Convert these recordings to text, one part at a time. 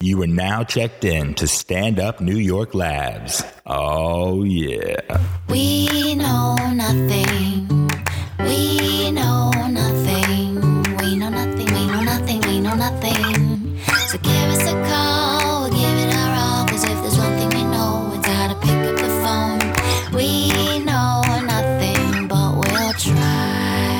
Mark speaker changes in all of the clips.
Speaker 1: You are now checked in to Stand Up New York Labs. Oh, yeah.
Speaker 2: We know nothing. We know nothing. We know nothing. We know nothing. We know nothing. So give us a call. We'll give it our all. Cause if there's one thing we know, it's how to pick up the phone. We know nothing, but we'll try.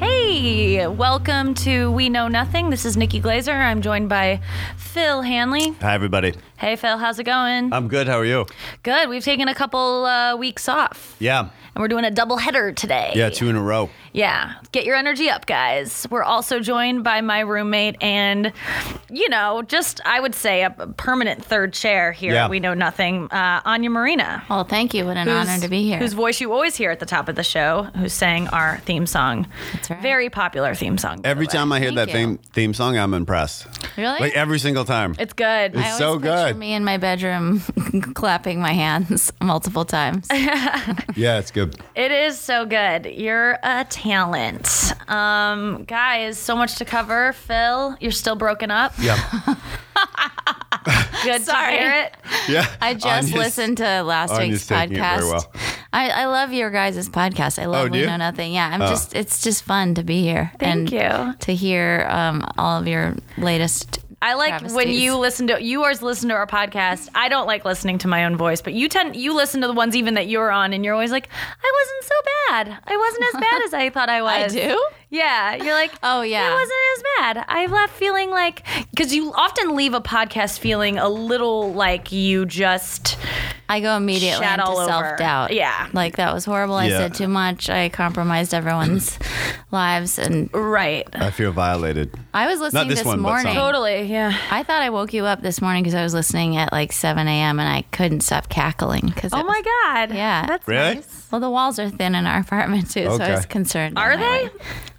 Speaker 3: Hey, welcome to We Know Nothing. This is Nikki Glazer. I'm joined by Phil Hanley.
Speaker 4: Hi, everybody.
Speaker 3: Hey, Phil, how's it going?
Speaker 4: I'm good. How are you?
Speaker 3: Good. We've taken a couple uh, weeks off,
Speaker 4: Yeah.
Speaker 3: and we're doing a double header today.
Speaker 4: Yeah, two in a row.
Speaker 3: Yeah. Get your energy up, guys. We're also joined by my roommate and, you know, just, I would say, a permanent third chair here.
Speaker 4: Yeah.
Speaker 3: at We know nothing. Uh, Anya Marina.
Speaker 5: Well, thank you. What an honor to be here.
Speaker 3: Whose voice you always hear at the top of the show, who sang our theme song. That's
Speaker 5: right.
Speaker 3: Very popular theme song. by the
Speaker 4: Every
Speaker 3: way.
Speaker 4: time I hear
Speaker 5: Thank
Speaker 4: that
Speaker 5: you.
Speaker 4: theme, theme song, I'm impressed.
Speaker 5: Really?
Speaker 4: Like every single time.
Speaker 3: It's good.
Speaker 5: I always
Speaker 4: so
Speaker 5: picture
Speaker 4: good.
Speaker 5: Me in my bedroom, clapping my hands multiple times.
Speaker 4: yeah, it's good.
Speaker 3: It is so good. You're a talent. Um, guys, so much to cover. Phil, you're still broken up.
Speaker 4: Yeah.
Speaker 3: Good
Speaker 5: Sorry.
Speaker 3: to hear it.
Speaker 4: Yeah.
Speaker 5: I just
Speaker 4: Anya's-
Speaker 5: listened to last
Speaker 4: Anya's
Speaker 5: week's
Speaker 4: taking it
Speaker 5: podcast.
Speaker 4: very well.
Speaker 5: I, I love your guys' podcast. I
Speaker 4: Oh,
Speaker 5: love
Speaker 4: do
Speaker 5: We
Speaker 4: you? Oh.
Speaker 5: Know Nothing. Yeah, I'm just it's just fun to be here.
Speaker 3: Thank
Speaker 5: and
Speaker 3: you.
Speaker 5: To hear um, all of your latest.
Speaker 3: I like when
Speaker 5: Travesties.
Speaker 3: you listen to you always listen to our podcast. I don't like listening to my own voice, but you tend you listen to the ones even that you're on, and you're always like, I wasn't so bad. I wasn't as bad as I thought I was.
Speaker 5: I do?
Speaker 3: Yeah, you're like,
Speaker 5: Oh, yeah.
Speaker 3: it wasn't as bad. I left feeling like because you often leave a podcast feeling a little like you just.
Speaker 5: I go immediately
Speaker 3: Shat all
Speaker 5: into
Speaker 3: over.
Speaker 5: self doubt.
Speaker 3: Yeah.
Speaker 5: like that was horrible. I
Speaker 4: Yeah.
Speaker 5: said too much. I compromised everyone's lives, and
Speaker 3: Right.
Speaker 4: I feel violated.
Speaker 5: I was listening
Speaker 4: this one, but some.
Speaker 5: morning.
Speaker 3: Totally, yeah.
Speaker 5: I thought I woke you up this morning because I was listening at like 7 a.m. and I couldn't stop cackling. Cause
Speaker 3: Oh
Speaker 5: it
Speaker 3: my
Speaker 5: was-
Speaker 3: god.
Speaker 5: Yeah.
Speaker 3: That's
Speaker 4: Really?
Speaker 3: nice.
Speaker 5: Well, the walls are thin in our apartment too, so I was
Speaker 4: Okay.
Speaker 5: concerned.
Speaker 3: Are
Speaker 5: on my
Speaker 3: they?
Speaker 5: way.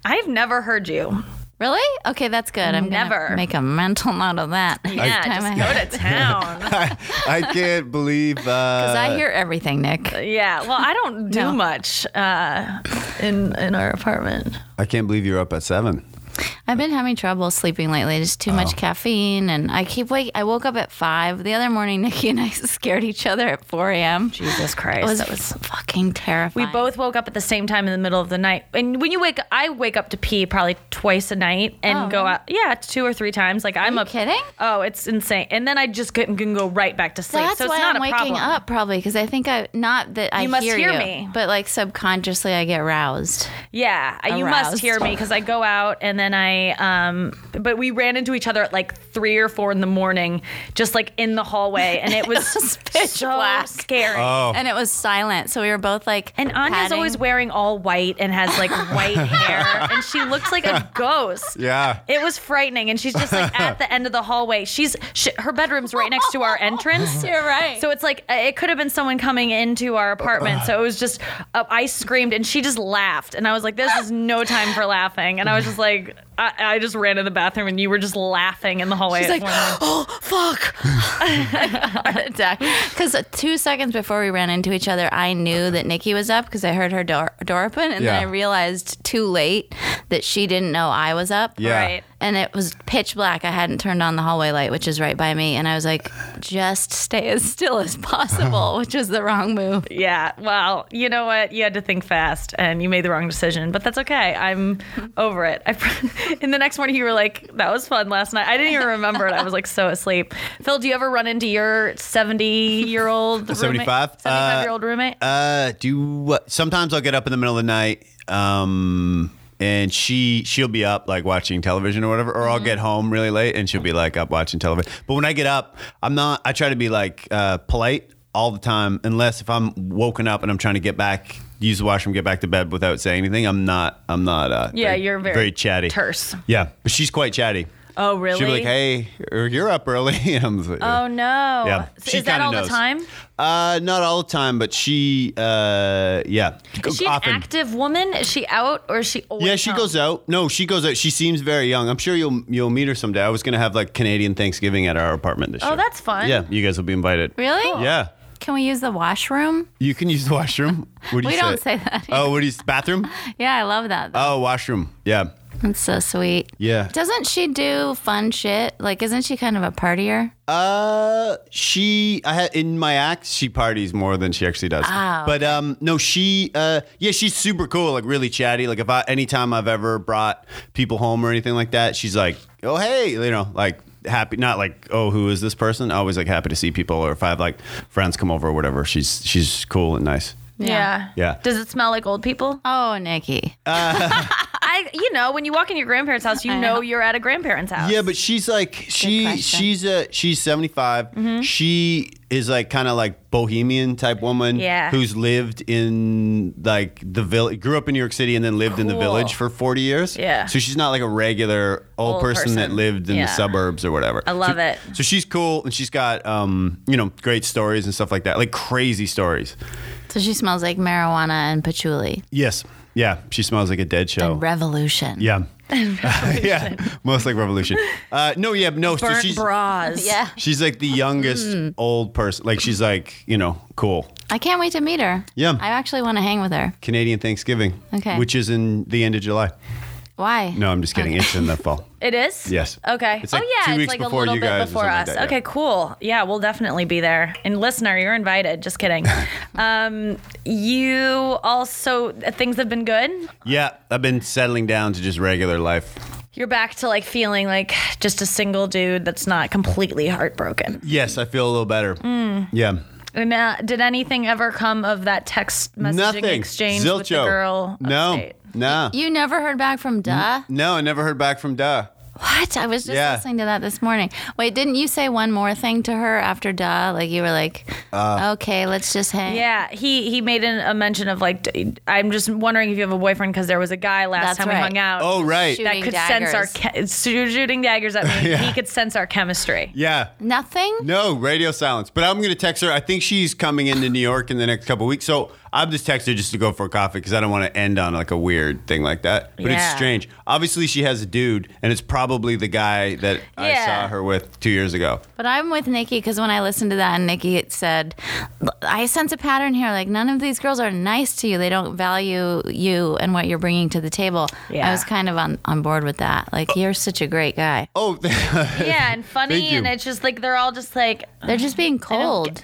Speaker 3: I've never heard you.
Speaker 5: Really? Okay, that's good. I'm gonna
Speaker 3: Never.
Speaker 5: make a mental note of that.
Speaker 3: Yeah,
Speaker 5: Next
Speaker 3: just
Speaker 5: time I
Speaker 3: go to town.
Speaker 4: I, I can't believe. Uh,
Speaker 5: Because I hear everything, Nick.
Speaker 3: yeah. Well, I don't do
Speaker 5: No.
Speaker 3: much uh, in in our apartment.
Speaker 4: I can't believe you're up at seven.
Speaker 5: I've been having trouble sleeping lately. Just too
Speaker 4: Oh.
Speaker 5: much caffeine, and I keep wake. I woke up at five the other morning. Nikki and I scared each other at 4 a.m.
Speaker 3: Jesus Christ.
Speaker 5: It was, that was fucking
Speaker 3: we
Speaker 5: terrifying.
Speaker 3: both woke up at the same time in the middle of the night. And when you wake I wake up to pee probably twice a night and
Speaker 5: Oh,
Speaker 3: go
Speaker 5: really?
Speaker 3: out yeah, two or three times. Like I'm
Speaker 5: you
Speaker 3: up
Speaker 5: kidding?
Speaker 3: Oh, it's insane. And then I just couldn't can go right back to sleep.
Speaker 5: That's
Speaker 3: so it's
Speaker 5: why
Speaker 3: not a
Speaker 5: I'm waking
Speaker 3: problem.
Speaker 5: up probably because I think I not that I
Speaker 3: You must hear
Speaker 5: you,
Speaker 3: me.
Speaker 5: but like subconsciously I get roused.
Speaker 3: Yeah, I- you must
Speaker 5: Aroused.
Speaker 3: hear me because I go out and then I. Um, but we ran into each other at like three or four in the morning, just like in the hallway, and it was,
Speaker 5: was pitch
Speaker 3: so
Speaker 5: black.
Speaker 3: scary.
Speaker 4: Oh.
Speaker 5: And it was silent, so we were both like.
Speaker 3: and Anya's
Speaker 5: patting.
Speaker 3: always wearing all white and has like white hair, and she looks like a ghost.
Speaker 4: Yeah.
Speaker 3: It was frightening, and she's just like at the end of the hallway. She's sh her bedroom's right next to our entrance.
Speaker 5: You're right.
Speaker 3: So it's like uh, it could have been someone coming into our apartment. So it was just uh, I screamed and she just laughed, and I was like, "This is no time for laughing." And I was just like, I, I just ran to the bathroom, and you were just laughing in the hallway.
Speaker 5: She's
Speaker 3: at
Speaker 5: like,
Speaker 3: one moment.
Speaker 5: oh fuck! Because two seconds before we ran into each other, I knew that Nikki was up because I heard her door, door open, and
Speaker 4: Yeah.
Speaker 5: then I realized too late that she didn't know I was up.
Speaker 4: Yeah.
Speaker 3: right.
Speaker 5: And it was pitch black. I hadn't turned on the hallway light, which is right by me. And I was like, just stay as still as possible, which was the wrong move.
Speaker 3: Yeah. Well, you know what? You had to think fast, and you made the wrong decision. But that's okay. I'm over it. I, and the next morning, you were like, "That was fun last night." I didn't even remember it. I was like so asleep. Phil, do you ever run into your 70 year old
Speaker 4: 75? Uh,
Speaker 3: 75 year old roommate?
Speaker 4: Uh, do what? Sometimes I'll get up in the middle of the night. Um, and she she'll be up like watching television or whatever, or I'll
Speaker 3: Mm-hmm.
Speaker 4: get home really late and she'll be like up watching television. But when I get up, I'm not. I try to be like uh, polite all the time, unless if I'm woken up and I'm trying to get back, use the washroom, get back to bed without saying anything. I'm not. I'm not. Uh,
Speaker 3: Yeah, you're very
Speaker 4: chatty.
Speaker 3: terse.
Speaker 4: Yeah, but she's quite chatty.
Speaker 3: Oh, really?
Speaker 4: She'll be like, "Hey, er, you're up early." and I'm just like,
Speaker 3: Oh no.
Speaker 4: Yeah.
Speaker 3: So
Speaker 4: She
Speaker 3: is that
Speaker 4: kinda
Speaker 3: all the
Speaker 4: knows.
Speaker 3: time?
Speaker 4: Uh, not all the time, but she, uh, yeah,
Speaker 3: Is she
Speaker 4: often.
Speaker 3: an active woman? Is she out or is she always
Speaker 4: yeah, she
Speaker 3: home?
Speaker 4: goes out. No, she goes out. She seems very young. I'm sure you'll you'll meet her someday. I was gonna have like Canadian Thanksgiving at our apartment this year.
Speaker 3: Oh, that's fun.
Speaker 4: Yeah, you guys will be invited.
Speaker 5: Really?
Speaker 4: Yeah.
Speaker 5: Can we use the washroom?
Speaker 4: You can use the washroom. What do
Speaker 5: We
Speaker 4: you
Speaker 5: don't say that.
Speaker 4: Oh, what do you bathroom?
Speaker 5: Yeah, I love that. Though.
Speaker 4: Oh, washroom. Yeah,
Speaker 5: That's so sweet.
Speaker 4: yeah.
Speaker 5: Doesn't she do fun shit? Like, isn't she kind of a partier?
Speaker 4: Uh, she I had in my act she parties more than she actually does.
Speaker 5: Ah,
Speaker 4: But um, no, she uh, yeah, she's super cool, like really chatty. Like if I anytime I've ever brought people home or anything like that, she's like, oh hey, you know, like happy, not like oh who is this person? Always like happy to see people, or if I have like friends come over or whatever, she's she's cool and nice.
Speaker 3: Yeah.
Speaker 4: Yeah.
Speaker 3: Does it smell like old people?
Speaker 5: Oh, Nikki.
Speaker 4: uh,
Speaker 3: I, you know, when you walk in your grandparents' house, you
Speaker 5: I
Speaker 3: know
Speaker 5: know.
Speaker 3: you're at a grandparent's house.
Speaker 4: Yeah, but she's like she
Speaker 5: question.
Speaker 4: she's a she's 75.
Speaker 3: Mm-hmm.
Speaker 4: She is like kind of like bohemian type woman
Speaker 3: Yeah.
Speaker 4: who's lived in like the village grew up in New York City and then lived in the
Speaker 3: Cool.
Speaker 4: village for 40 years.
Speaker 3: Yeah.
Speaker 4: So she's not like a regular old,
Speaker 3: Old
Speaker 4: person, that
Speaker 3: person.
Speaker 4: lived in the
Speaker 3: Yeah.
Speaker 4: suburbs or whatever.
Speaker 3: I love
Speaker 4: So-
Speaker 3: it.
Speaker 4: So she's cool and she's got um you know great stories and stuff like that. Like crazy stories.
Speaker 5: So she smells like marijuana and patchouli.
Speaker 4: Yes. Yeah, she smells like a dead show.
Speaker 5: And revolution.
Speaker 4: Oh. yeah. yeah. Most like revolution. Uh, no, yeah, no, so
Speaker 3: Burnt
Speaker 4: she's
Speaker 3: bras.
Speaker 5: Yeah.
Speaker 4: She's like the youngest
Speaker 3: Hmm.
Speaker 4: old person. Like she's like, you know, cool.
Speaker 5: I can't wait to meet her.
Speaker 4: Yeah.
Speaker 5: I actually want to hang with her.
Speaker 4: Canadian Thanksgiving.
Speaker 5: Okay.
Speaker 4: Which is in the end of July.
Speaker 5: Why?
Speaker 4: No, I'm just kidding. It's in the fall.
Speaker 3: It is?
Speaker 4: Yes.
Speaker 3: Okay.
Speaker 4: It's like
Speaker 3: oh, yeah.
Speaker 4: two
Speaker 3: it's
Speaker 4: weeks
Speaker 3: like
Speaker 4: before
Speaker 3: a little
Speaker 4: you
Speaker 3: bit
Speaker 4: guys or
Speaker 3: before
Speaker 4: something
Speaker 3: us.
Speaker 4: like that, yeah.
Speaker 3: Okay, cool. Yeah, we'll definitely be there. And listener, you're invited. Just kidding. um, you also, things have been good.
Speaker 4: Yeah. I've been settling down to just regular life.
Speaker 3: You're back to like feeling like just a single dude that's not completely heartbroken.
Speaker 4: Yes, I feel a little better.
Speaker 3: Hmm.
Speaker 4: Yeah.
Speaker 3: And, uh, did anything ever come of that text messaging
Speaker 4: Nothing.
Speaker 3: exchange
Speaker 4: Zilcho.
Speaker 3: with the girl?
Speaker 4: No.
Speaker 3: upstate?
Speaker 4: No.
Speaker 5: You never heard back from Duh?
Speaker 4: No, I never heard back from Duh.
Speaker 5: What? I was just
Speaker 4: Mm. Yeah.
Speaker 5: listening to that this morning. Wait, didn't you say one more thing to her after Duh? Like, you were like,
Speaker 4: Uh.
Speaker 5: okay, let's just hang.
Speaker 3: Yeah, he he made an, a mention of like, d- I'm just wondering if you have a boyfriend because there was a guy last
Speaker 5: That's
Speaker 3: time we
Speaker 5: right.
Speaker 3: hung out.
Speaker 4: Oh, right.
Speaker 5: Shoot.
Speaker 3: that could
Speaker 5: Shooting
Speaker 3: sense our
Speaker 5: daggers.
Speaker 3: che- shoot- shooting daggers at me. He could sense our chemistry.
Speaker 4: Yeah.
Speaker 5: Nothing?
Speaker 4: No, radio silence. But I'm going to text her. I think she's coming into New York in the next couple weeks. So I've just texted her just to go for a coffee because I don't want to end on like a weird thing like that. But it's
Speaker 3: Yeah.
Speaker 4: strange. Obviously, she has a dude, and it's probably the guy that I
Speaker 3: Yeah.
Speaker 4: saw her with two years ago.
Speaker 5: But I'm with Nikki because when I listened to that and Nikki it said, I sense a pattern here. Like none of these girls are nice to you. They don't value you and what you're bringing to the table.
Speaker 3: Yeah.
Speaker 5: I was kind of on, on board with that. Like you're such a great guy.
Speaker 4: Oh,
Speaker 3: Yeah, and
Speaker 4: Thank
Speaker 3: funny,
Speaker 4: you.
Speaker 3: and it's just like they're all just like
Speaker 5: They're just being cold.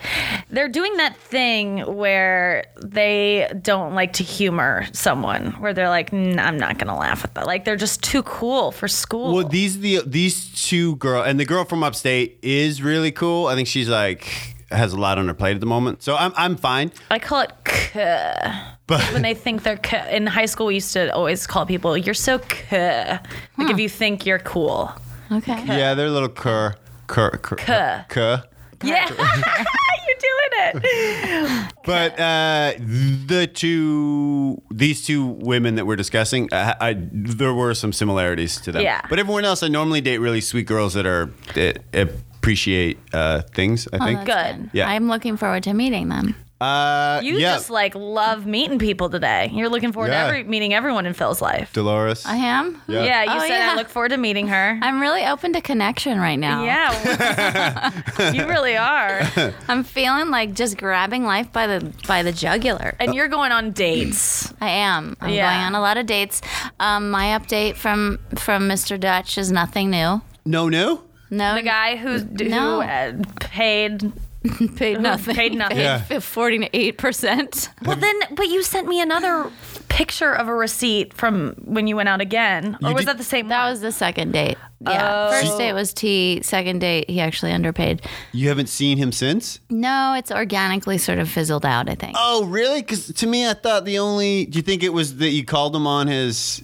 Speaker 3: they're doing that thing where they don't like to humor someone, where they're like, "N- I'm not gonna laugh at that. Like they're just too cool for school.
Speaker 4: well, these the these two girl and the girl from upstate is really cool. I think she's like has a lot on her plate at the moment. So I'm I'm fine.
Speaker 3: I call it cuh. when they think they're cuh. in high school. We used to always call people, "You're so cuh." Like if you think you're cool.
Speaker 5: Okay.
Speaker 4: Yeah, they're a little cur cur cur cur.
Speaker 3: Yeah, you're doing it.
Speaker 4: But uh, the two, these two women that we're discussing, I, I, there were some similarities to them.
Speaker 3: Yeah.
Speaker 4: But everyone else, I normally date really sweet girls that are that appreciate uh, things. I think.
Speaker 3: Good.
Speaker 4: Yeah.
Speaker 5: I'm looking forward to meeting them.
Speaker 4: Uh,
Speaker 3: You
Speaker 4: yeah.
Speaker 3: just like love meeting people today. You're looking forward
Speaker 4: Yeah.
Speaker 3: to every, meeting everyone in Phil's life.
Speaker 4: Dolores.
Speaker 5: I am.
Speaker 4: Yeah.
Speaker 3: Yeah, you
Speaker 5: Oh,
Speaker 3: said
Speaker 5: yeah.
Speaker 3: I look forward to meeting her.
Speaker 5: I'm really open to connection right now.
Speaker 3: yeah, well, you really are.
Speaker 5: I'm feeling like just grabbing life by the by the jugular.
Speaker 3: And you're going on dates.
Speaker 5: I am. I'm
Speaker 3: Yeah.
Speaker 5: going on a lot of dates. Um, my update from from Mr. Dutch is nothing new.
Speaker 4: no, no.
Speaker 5: No,
Speaker 3: The guy who d- who
Speaker 5: No.
Speaker 3: uh, paid.
Speaker 5: paid nothing.
Speaker 3: paid nothing.
Speaker 4: Yeah.
Speaker 5: forty to eight percent.
Speaker 3: Well, then, but you sent me another picture of a receipt from when you went out again, or
Speaker 4: You
Speaker 3: was
Speaker 4: did-
Speaker 3: that the same?
Speaker 5: That
Speaker 3: one?
Speaker 5: was the second date. Yeah,
Speaker 3: Oh.
Speaker 5: first date was tea. Second date, he actually underpaid.
Speaker 4: You haven't seen him since.
Speaker 5: No, it's organically sort of fizzled out. I think.
Speaker 4: Oh, really? Because to me, I thought the only. Do you think it was that you called him on his?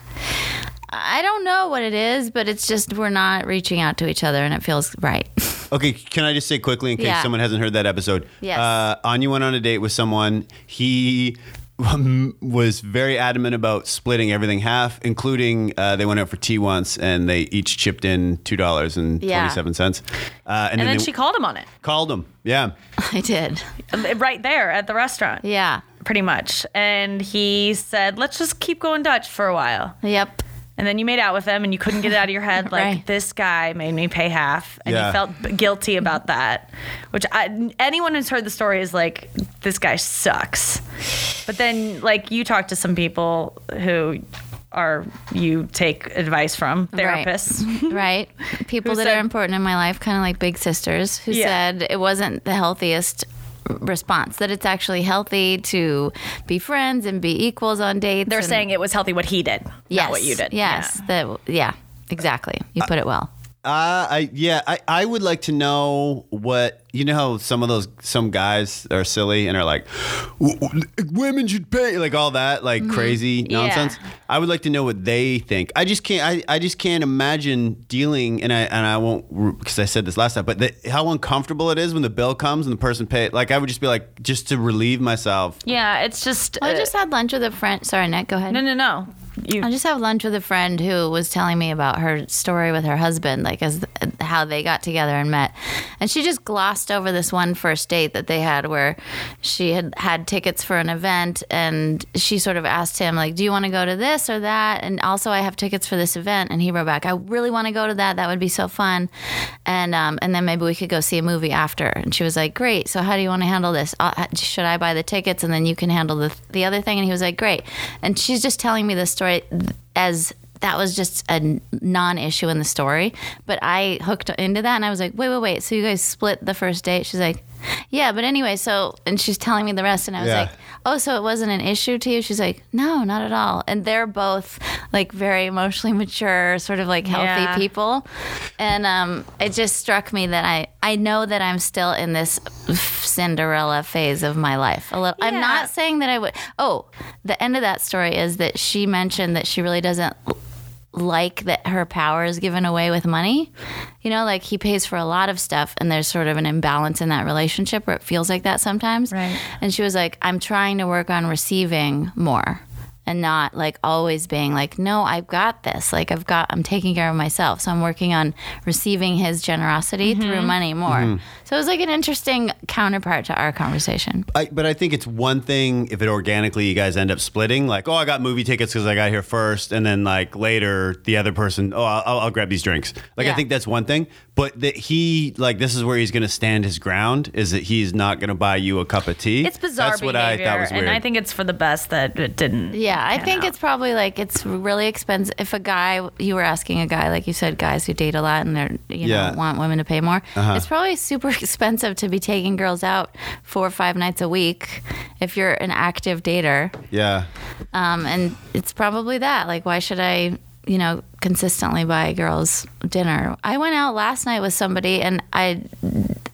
Speaker 5: I don't know what it is, but it's just we're not reaching out to each other, and it feels right.
Speaker 4: Okay, can I just say quickly in case
Speaker 5: Yeah.
Speaker 4: someone hasn't heard that episode?
Speaker 5: Yes.
Speaker 4: Uh, Anya went on a date with someone. He um, was very adamant about splitting everything half, including uh, they went out for tea once and they each chipped in two dollars and
Speaker 5: Yeah.
Speaker 4: twenty-seven cents. Uh,
Speaker 3: and
Speaker 4: and, then,
Speaker 3: then
Speaker 4: they
Speaker 3: she called him on it uh,
Speaker 4: called him. Yeah.
Speaker 5: I did.
Speaker 3: right there at the restaurant,
Speaker 5: Yeah.
Speaker 3: pretty much. And he said, "Let's just keep going Dutch for a while."
Speaker 5: Yep.
Speaker 3: And then you made out with them and you couldn't get it out of your head. Like,
Speaker 5: Right.
Speaker 3: this guy made me pay half. And
Speaker 4: Yeah.
Speaker 3: you felt b- guilty about that. Which I, anyone who's heard the story is like, this guy sucks. But then, like, you talk to some people who are, you take advice from
Speaker 5: Right. Mm-hmm.
Speaker 3: therapists.
Speaker 5: right? People
Speaker 3: Who
Speaker 5: that
Speaker 3: said-
Speaker 5: are important in my life, kind of like big sisters, who
Speaker 3: Yeah.
Speaker 5: said it wasn't the healthiest response, that it's actually healthy to be friends and be equals on dates.
Speaker 3: They're
Speaker 5: and-
Speaker 3: saying it was healthy what he did,
Speaker 5: yes,
Speaker 3: not what you did.
Speaker 5: Yes. That, yeah, exactly. You put it well.
Speaker 4: Uh, I yeah, I, I would like to know what you know. How some of those some guys are silly and are like, "W- w- women should pay like all that like crazy nonsense. I would like to know what they think. I just can't. I, I just can't imagine dealing and I and I won't because I said this last time, but the, how uncomfortable it is when the bill comes and the person pay. Like I would just be like, just to relieve myself.
Speaker 3: Yeah, it's just.
Speaker 5: Well, I
Speaker 3: uh,
Speaker 5: just had lunch with a friend. Sorry, Nick, go ahead.
Speaker 3: no, no, no. You,
Speaker 5: I just have lunch with a friend who was telling me about her story with her husband, like as how they got together and met. And she just glossed over this one first date that they had where she had had tickets for an event and she sort of asked him like, "Do you want to go to this or that?" And also, I have tickets for this event. And he wrote back, "I really want to go to that. That would be so fun." And um, and then maybe we could go see a movie after. And she was like, "Great. So how do you want to handle this? Uh, should I buy the tickets and then you can handle the the other thing?" And he was like, "Great." And she's just telling me this story as that was just a n- non-issue in the story, but I hooked into that and I was like, "Wait, wait, wait. So you guys split the first date?" She's like, "Yeah, but anyway, so." And she's telling me the rest and I was
Speaker 4: Yeah.
Speaker 5: like, "Oh, so it wasn't an issue to you?" She's like, "No, not at all." And they're both like very emotionally mature, sort of like healthy
Speaker 3: Yeah.
Speaker 5: people people. And um, it just struck me that I, I know that I'm still in this Cinderella phase of my life. A little. I'm
Speaker 3: Yeah.
Speaker 5: not saying that I would. Oh, the end of that story is that she mentioned that she really doesn't l- like that her power is given away with money. You know, like he pays for a lot of stuff, and there's sort of an imbalance in that relationship where it feels like that sometimes.
Speaker 3: Right.
Speaker 5: And she was like, I'm trying to work on receiving more and not like always being like, no, I've got this. Like, I've got, I'm taking care of myself. So I'm working on receiving his generosity through money more. So it was like an interesting counterpart to our conversation.
Speaker 4: I, but I think it's one thing if it organically you guys end up splitting, like, oh, I got movie tickets because I got here first, and then like later the other person, oh, I'll, I'll grab these drinks. Like, I
Speaker 5: Yeah.
Speaker 4: think that's one thing. But that he, like, this is where he's going to stand his ground is that he's not going to buy you a cup of tea.
Speaker 3: it's bizarre
Speaker 4: That's what
Speaker 3: behavior,
Speaker 4: I thought was weird.
Speaker 3: and I think it's for the best that it didn't.
Speaker 5: Yeah, I
Speaker 3: pan
Speaker 5: think
Speaker 3: out.
Speaker 5: it's probably like it's really expensive. If a guy, you were asking a guy, like you said, guys who date a lot and they're you
Speaker 4: Yeah.
Speaker 5: know want women to pay more, it's probably super expensive to be taking girls out four or five nights a week if you're an active dater.
Speaker 4: yeah.
Speaker 5: Um, and it's probably that. Like, why should I, you know, consistently buy girls dinner? I went out last night with somebody and I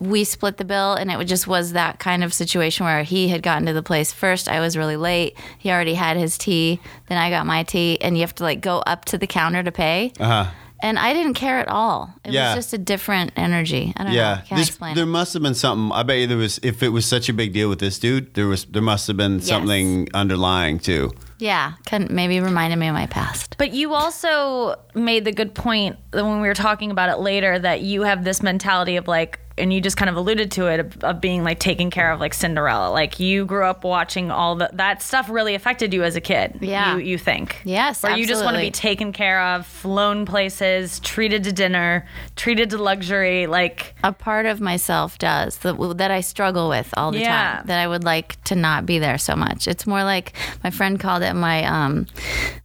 Speaker 5: we split the bill and it just was that kind of situation where he had gotten to the place first i was really late he already had his tea then i got my tea and you have to like go up to the counter to pay uh-huh. and i didn't care at all it
Speaker 4: Yeah.
Speaker 5: was just a different energy i don't know
Speaker 4: Yeah.
Speaker 5: I can't
Speaker 4: This-
Speaker 5: explain
Speaker 4: there
Speaker 5: it.
Speaker 4: must have been something. I bet you there was, if it was such a big deal with this dude, there was, there must have been something underlying too.
Speaker 5: yeah kind maybe reminded me of my past
Speaker 3: But you also made the good point that when we were talking about it later that you have this mentality of like, and you just kind of alluded to it of, of being like taken care of like Cinderella. Like you grew up watching all the that stuff really affected you as a kid.
Speaker 5: Yeah.
Speaker 3: you, you think
Speaker 5: Yes,
Speaker 3: or you just want to be
Speaker 5: absolutely.
Speaker 3: taken care of, flown places, treated to dinner, treated to luxury. Like
Speaker 5: a part of myself does that, that I struggle with all the
Speaker 3: Yeah.
Speaker 5: time. That I would like to not be there so much. It's more like my friend called it my um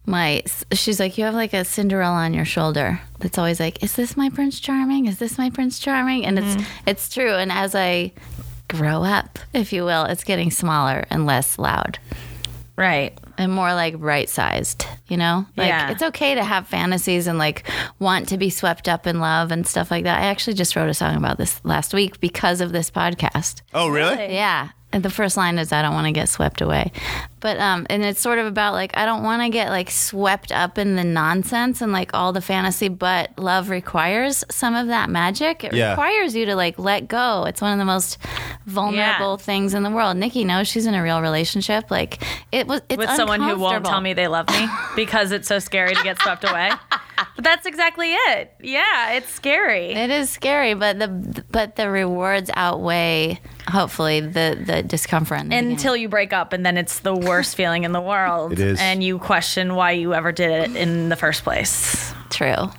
Speaker 5: my. She's like, you have like a Cinderella on your shoulder. That's always like, is this my Prince Charming? Is this my Prince Charming? And it's it's true. And as I grow up, if you will, it's getting smaller and less loud
Speaker 3: right.
Speaker 5: and more like right sized, you know? Like
Speaker 3: Yeah.
Speaker 5: it's okay to have fantasies and like want to be swept up in love and stuff like that. I actually just wrote a song about this last week because of this podcast.
Speaker 4: Oh, really?
Speaker 5: Yeah. And the first line is I don't want to get swept away. But um and it's sort of about like I don't want to get like swept up in the nonsense and like all the fantasy, but love requires some of that magic. It
Speaker 4: Yeah.
Speaker 5: requires you to like let go. It's one of the most vulnerable things in the world. Nikki knows she's in a real relationship. Like it was it's
Speaker 3: with someone who won't
Speaker 5: uncomfortable.
Speaker 3: tell me they love me because it's so scary to get swept away. But that's exactly it. Yeah, it's scary.
Speaker 5: It is scary, but the but the rewards outweigh hopefully the the discomfort. in the beginning.
Speaker 3: until you break up and then it's the worst feeling in the world
Speaker 4: It is.
Speaker 3: and you question why you ever did it in the first place
Speaker 5: true,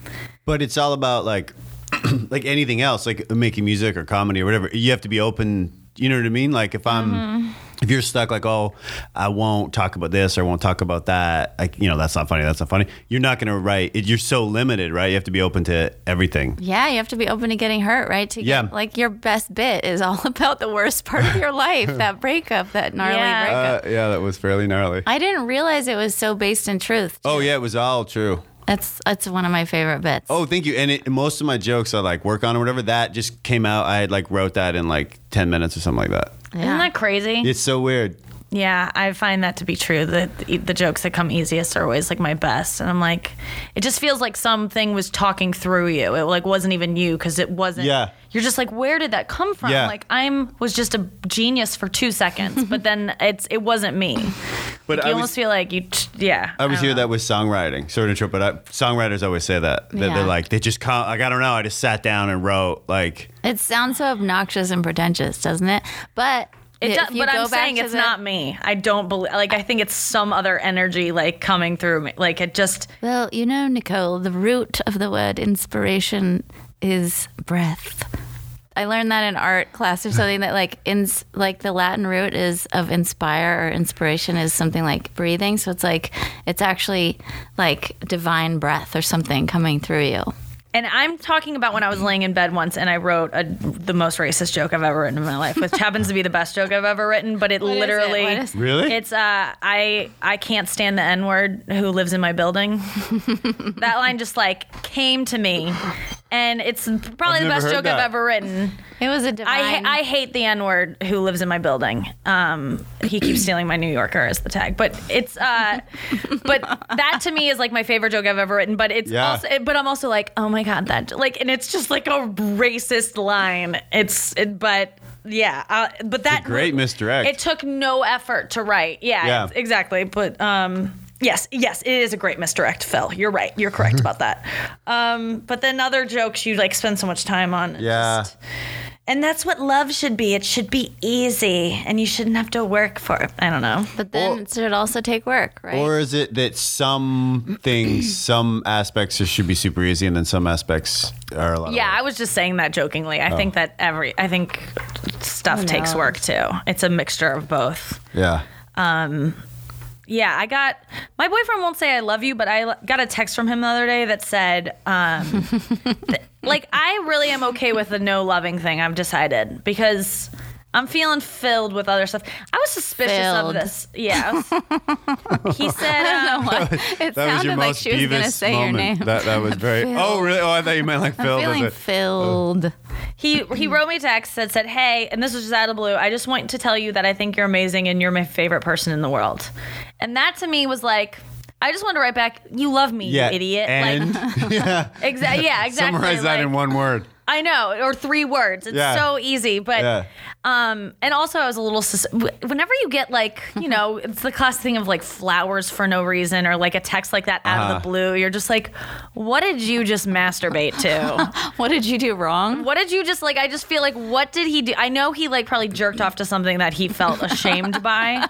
Speaker 4: But it's all about like like anything else, like making music or comedy or whatever. You have to be open. You know what I mean? Like if I'm
Speaker 3: Mm-hmm.
Speaker 4: if you're stuck like oh I won't talk about this or I won't talk about that like you know that's not funny that's not funny you're not gonna write it, you're so limited right you have to be open to everything
Speaker 5: yeah, you have to be open to getting hurt, right? To
Speaker 4: Yeah.
Speaker 5: get, like your best bit is all about the worst part of your life, that breakup, that gnarly
Speaker 3: Yeah.
Speaker 5: breakup.
Speaker 4: Uh, yeah that was fairly gnarly
Speaker 5: I didn't realize it was so based in truth.
Speaker 4: Uh, oh yeah it was all true
Speaker 5: That's that's one of my favorite bits.
Speaker 4: Oh, thank you. And it, most of my jokes I like work on or whatever that just came out. I had like wrote that in like ten minutes or something like that.
Speaker 3: isn't that crazy
Speaker 4: It's so weird.
Speaker 3: yeah i find that to be true that the, the jokes that come easiest are always like my best and i'm like it just feels like something was talking through you it like wasn't even you because it wasn't
Speaker 4: Yeah.
Speaker 3: you're just like where did that come from
Speaker 4: Yeah.
Speaker 3: like i'm was just a genius for two seconds but then it's it wasn't me
Speaker 4: But
Speaker 3: you
Speaker 4: I
Speaker 3: almost
Speaker 4: was,
Speaker 3: feel like you t- yeah
Speaker 4: I always hear
Speaker 5: Uh-huh.
Speaker 4: that with songwriting. Sorry to interrupt, but I, songwriters always say that. That
Speaker 5: Yeah.
Speaker 4: They're like they just come. Like I don't know. I just sat down and wrote. Like
Speaker 5: It sounds so obnoxious and pretentious, doesn't it? But
Speaker 3: It
Speaker 5: if
Speaker 3: does,
Speaker 5: you
Speaker 3: but
Speaker 5: go
Speaker 3: I'm
Speaker 5: back
Speaker 3: saying
Speaker 5: to
Speaker 3: it's
Speaker 5: the-
Speaker 3: not me. I don't believe. Like I think it's some other energy like coming through me. Like it just.
Speaker 5: Well, you know, Nicole, the root of the word inspiration is breath. I learned that in art class or something that like in like the Latin root is of inspire or inspiration is something like breathing. So it's like it's actually like divine breath or something coming through you.
Speaker 3: And I'm talking about when I was laying in bed once and I wrote a, the most racist joke I've ever written in my life, which happens to be the best joke I've ever written. But it
Speaker 5: is it?
Speaker 3: literally.
Speaker 5: What is it?
Speaker 4: really?
Speaker 3: It's uh, I I can't stand the N word who lives in my building. that line just like came to me, and it's probably
Speaker 4: I've
Speaker 3: the
Speaker 4: never
Speaker 3: best
Speaker 4: heard
Speaker 3: joke
Speaker 4: that.
Speaker 3: I've ever written.
Speaker 5: It was a
Speaker 3: I,
Speaker 5: divine.
Speaker 3: ha- I hate the N word who lives in my building. Um, he keeps stealing my New Yorker as the tag, but it's uh, but that to me is like my favorite joke I've ever written. But it's
Speaker 4: Yeah.
Speaker 3: also, but I'm also like, oh my god, that like, and it's just like a racist line. It's it, but yeah, uh, but that
Speaker 4: great misdirect.
Speaker 3: It took no effort to write. Yeah,
Speaker 4: Yeah.
Speaker 3: it's- exactly. But um. Yes, yes, it is a great misdirect, Phil. You're right. You're correct about that. Um, but then other jokes you like spend so much time on. and
Speaker 4: yeah.
Speaker 3: just- and that's what love should be. It should be easy, and you shouldn't have to work for it. I don't know.
Speaker 5: but then
Speaker 4: Or-
Speaker 5: it should also take work, right?
Speaker 4: Or is it that some things, some aspects just should be super easy, and then some aspects are a lot? of
Speaker 3: Yeah,
Speaker 4: work?
Speaker 3: I was just saying that jokingly. I think that every, I think stuff takes work too. It's a mixture of both.
Speaker 4: Yeah.
Speaker 3: Yeah, I got my boyfriend won't say I love you, but I l- got a text from him the other day that said, um, th- like, I really am okay with the no loving thing. I've decided because I'm feeling filled with other stuff. I was suspicious
Speaker 5: Filled.
Speaker 3: of this. Yeah, I was- he said. um,
Speaker 5: it sounded like she was going to say your name.
Speaker 4: That, that was very. Oh, really? Oh, I thought you meant like oh. Phil.
Speaker 5: Feeling filled.
Speaker 3: he he wrote me a text that said, "Hey," and this was just out of the blue. I just want to tell you that I think you're amazing and you're my favorite person in the world. And that to me was like, I just wanted to write back, "You love me,
Speaker 4: yeah.
Speaker 3: you idiot!"
Speaker 4: And
Speaker 3: like, exactly. Yeah, exactly.
Speaker 4: summarize that in
Speaker 3: like-
Speaker 4: one word.
Speaker 3: I know, or three words. It's
Speaker 4: Yeah.
Speaker 3: so easy, but.
Speaker 4: Yeah.
Speaker 3: Um, and also, I was a little. Sus- wh- whenever you get like, you know, it's the classic thing of like flowers for no reason, or like a text like that out
Speaker 4: Uh-huh.
Speaker 3: of the blue. You're just like, what did you just masturbate to?
Speaker 5: What did you do wrong?
Speaker 3: What did you just like? I just feel like, what did he do? I know he like probably jerked off to something that he felt ashamed by,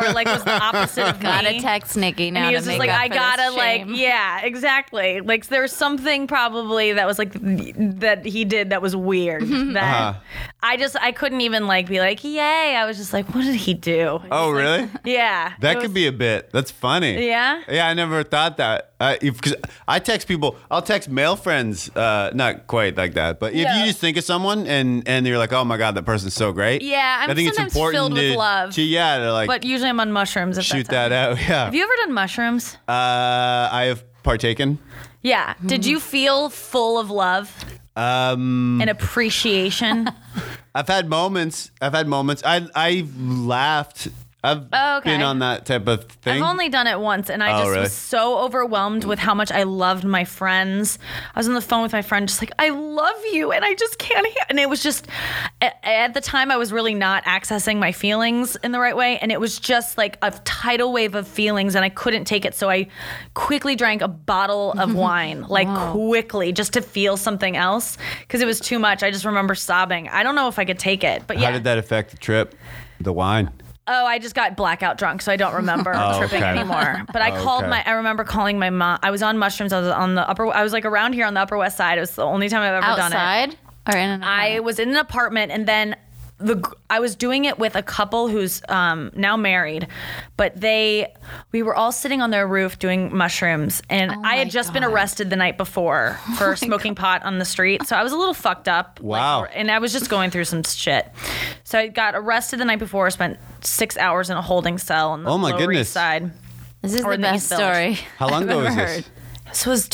Speaker 3: or like was the opposite of
Speaker 5: Got
Speaker 3: me.
Speaker 5: to text Nikki now
Speaker 3: And he
Speaker 5: to
Speaker 3: was just
Speaker 5: make
Speaker 3: like,
Speaker 5: up
Speaker 3: I
Speaker 5: for this
Speaker 3: gotta like,
Speaker 5: shame.
Speaker 3: yeah, exactly. Like there was something probably that was like that he did that was weird.
Speaker 5: Mm-hmm.
Speaker 3: That
Speaker 4: Uh-huh.
Speaker 3: I just I couldn't even like be like, yay. I was just like, what did he do?
Speaker 4: Oh, really?
Speaker 3: Yeah,
Speaker 4: That
Speaker 3: It was-
Speaker 4: could be a bit. That's funny.
Speaker 3: Yeah?
Speaker 4: Yeah, I never thought that. I, if, cause I text people. I'll text male friends. Uh, not quite like that, but if
Speaker 3: Yeah.
Speaker 4: you just think of someone and and you're like, oh my god, that person's so great.
Speaker 3: Yeah, I'm
Speaker 4: I think
Speaker 3: sometimes
Speaker 4: it's important
Speaker 3: filled with
Speaker 4: to-
Speaker 3: love.
Speaker 4: To, yeah, to like
Speaker 3: But usually I'm on mushrooms. If
Speaker 4: shoot
Speaker 3: that's happening.
Speaker 4: that out. Yeah.
Speaker 3: Have you ever done mushrooms?
Speaker 4: uh, I have partaken.
Speaker 3: yeah. Did you feel full of love
Speaker 4: Mm-hmm. Um,
Speaker 3: and appreciation?
Speaker 4: I've had moments. I've had moments. I I laughed. I've
Speaker 3: Oh, okay.
Speaker 4: been on that type of thing.
Speaker 3: I've only done it once, and I
Speaker 4: Oh,
Speaker 3: just
Speaker 4: really?
Speaker 3: was so overwhelmed with how much I loved my friends. I was on the phone with my friend, just like, I love you, and I just can't. ha-" And it was just, a- at the time, I was really not accessing my feelings in the right way. And it was just like a tidal wave of feelings, and I couldn't take it. So I quickly drank a bottle of wine, like quickly, just to feel something else, because it was too much. I just remember sobbing. I don't know if I could take it, but yeah.
Speaker 4: How did that affect the trip? The wine.
Speaker 3: Oh, I just got blackout drunk, so I don't remember tripping
Speaker 4: Oh, okay. Oh,
Speaker 3: anymore. But I called
Speaker 4: okay.
Speaker 3: my. I remember calling my mom. I was on mushrooms. I was on the upper. I was like around here on the Upper West Side. It was the only time I've ever done it.
Speaker 5: Outside or in an
Speaker 3: I was in an apartment, and then the g- I was doing it with a couple who's um, now married, but they we were all sitting on their roof doing mushrooms, and I had
Speaker 5: my
Speaker 3: just been arrested the night before for smoking pot on the street, so I was a little fucked up. like,
Speaker 4: Wow.
Speaker 3: and I was just going through some shit, so I got arrested the night before. Spent six hours in a holding cell on the
Speaker 4: Oh my
Speaker 3: Lower
Speaker 4: goodness.
Speaker 3: East Side.
Speaker 5: This is
Speaker 3: or
Speaker 5: the
Speaker 3: in the
Speaker 5: best
Speaker 3: East Village.
Speaker 5: story.
Speaker 4: How long ago was this?
Speaker 3: This was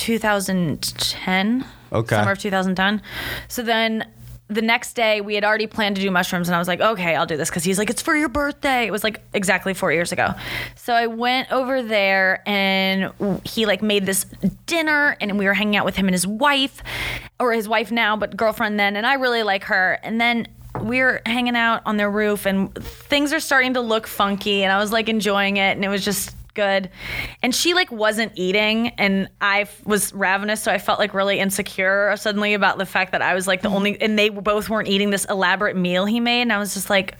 Speaker 3: 2010.
Speaker 4: Okay.
Speaker 3: Summer of 2010. So then the next day we had already planned to do mushrooms and I was like, okay, I'll do this because he's like, it's for your birthday. It was like exactly four years ago. So I went over there and w- he like made this dinner and we were hanging out with him and his wife, or his wife now, but girlfriend then. And I really like her. And then we're hanging out on their roof and things are starting to look funky and I was like enjoying it and it was just good. And she like wasn't eating and I f- was ravenous so I felt like really insecure suddenly about the fact that I was like the only and they both weren't eating this elaborate meal he made and I was just like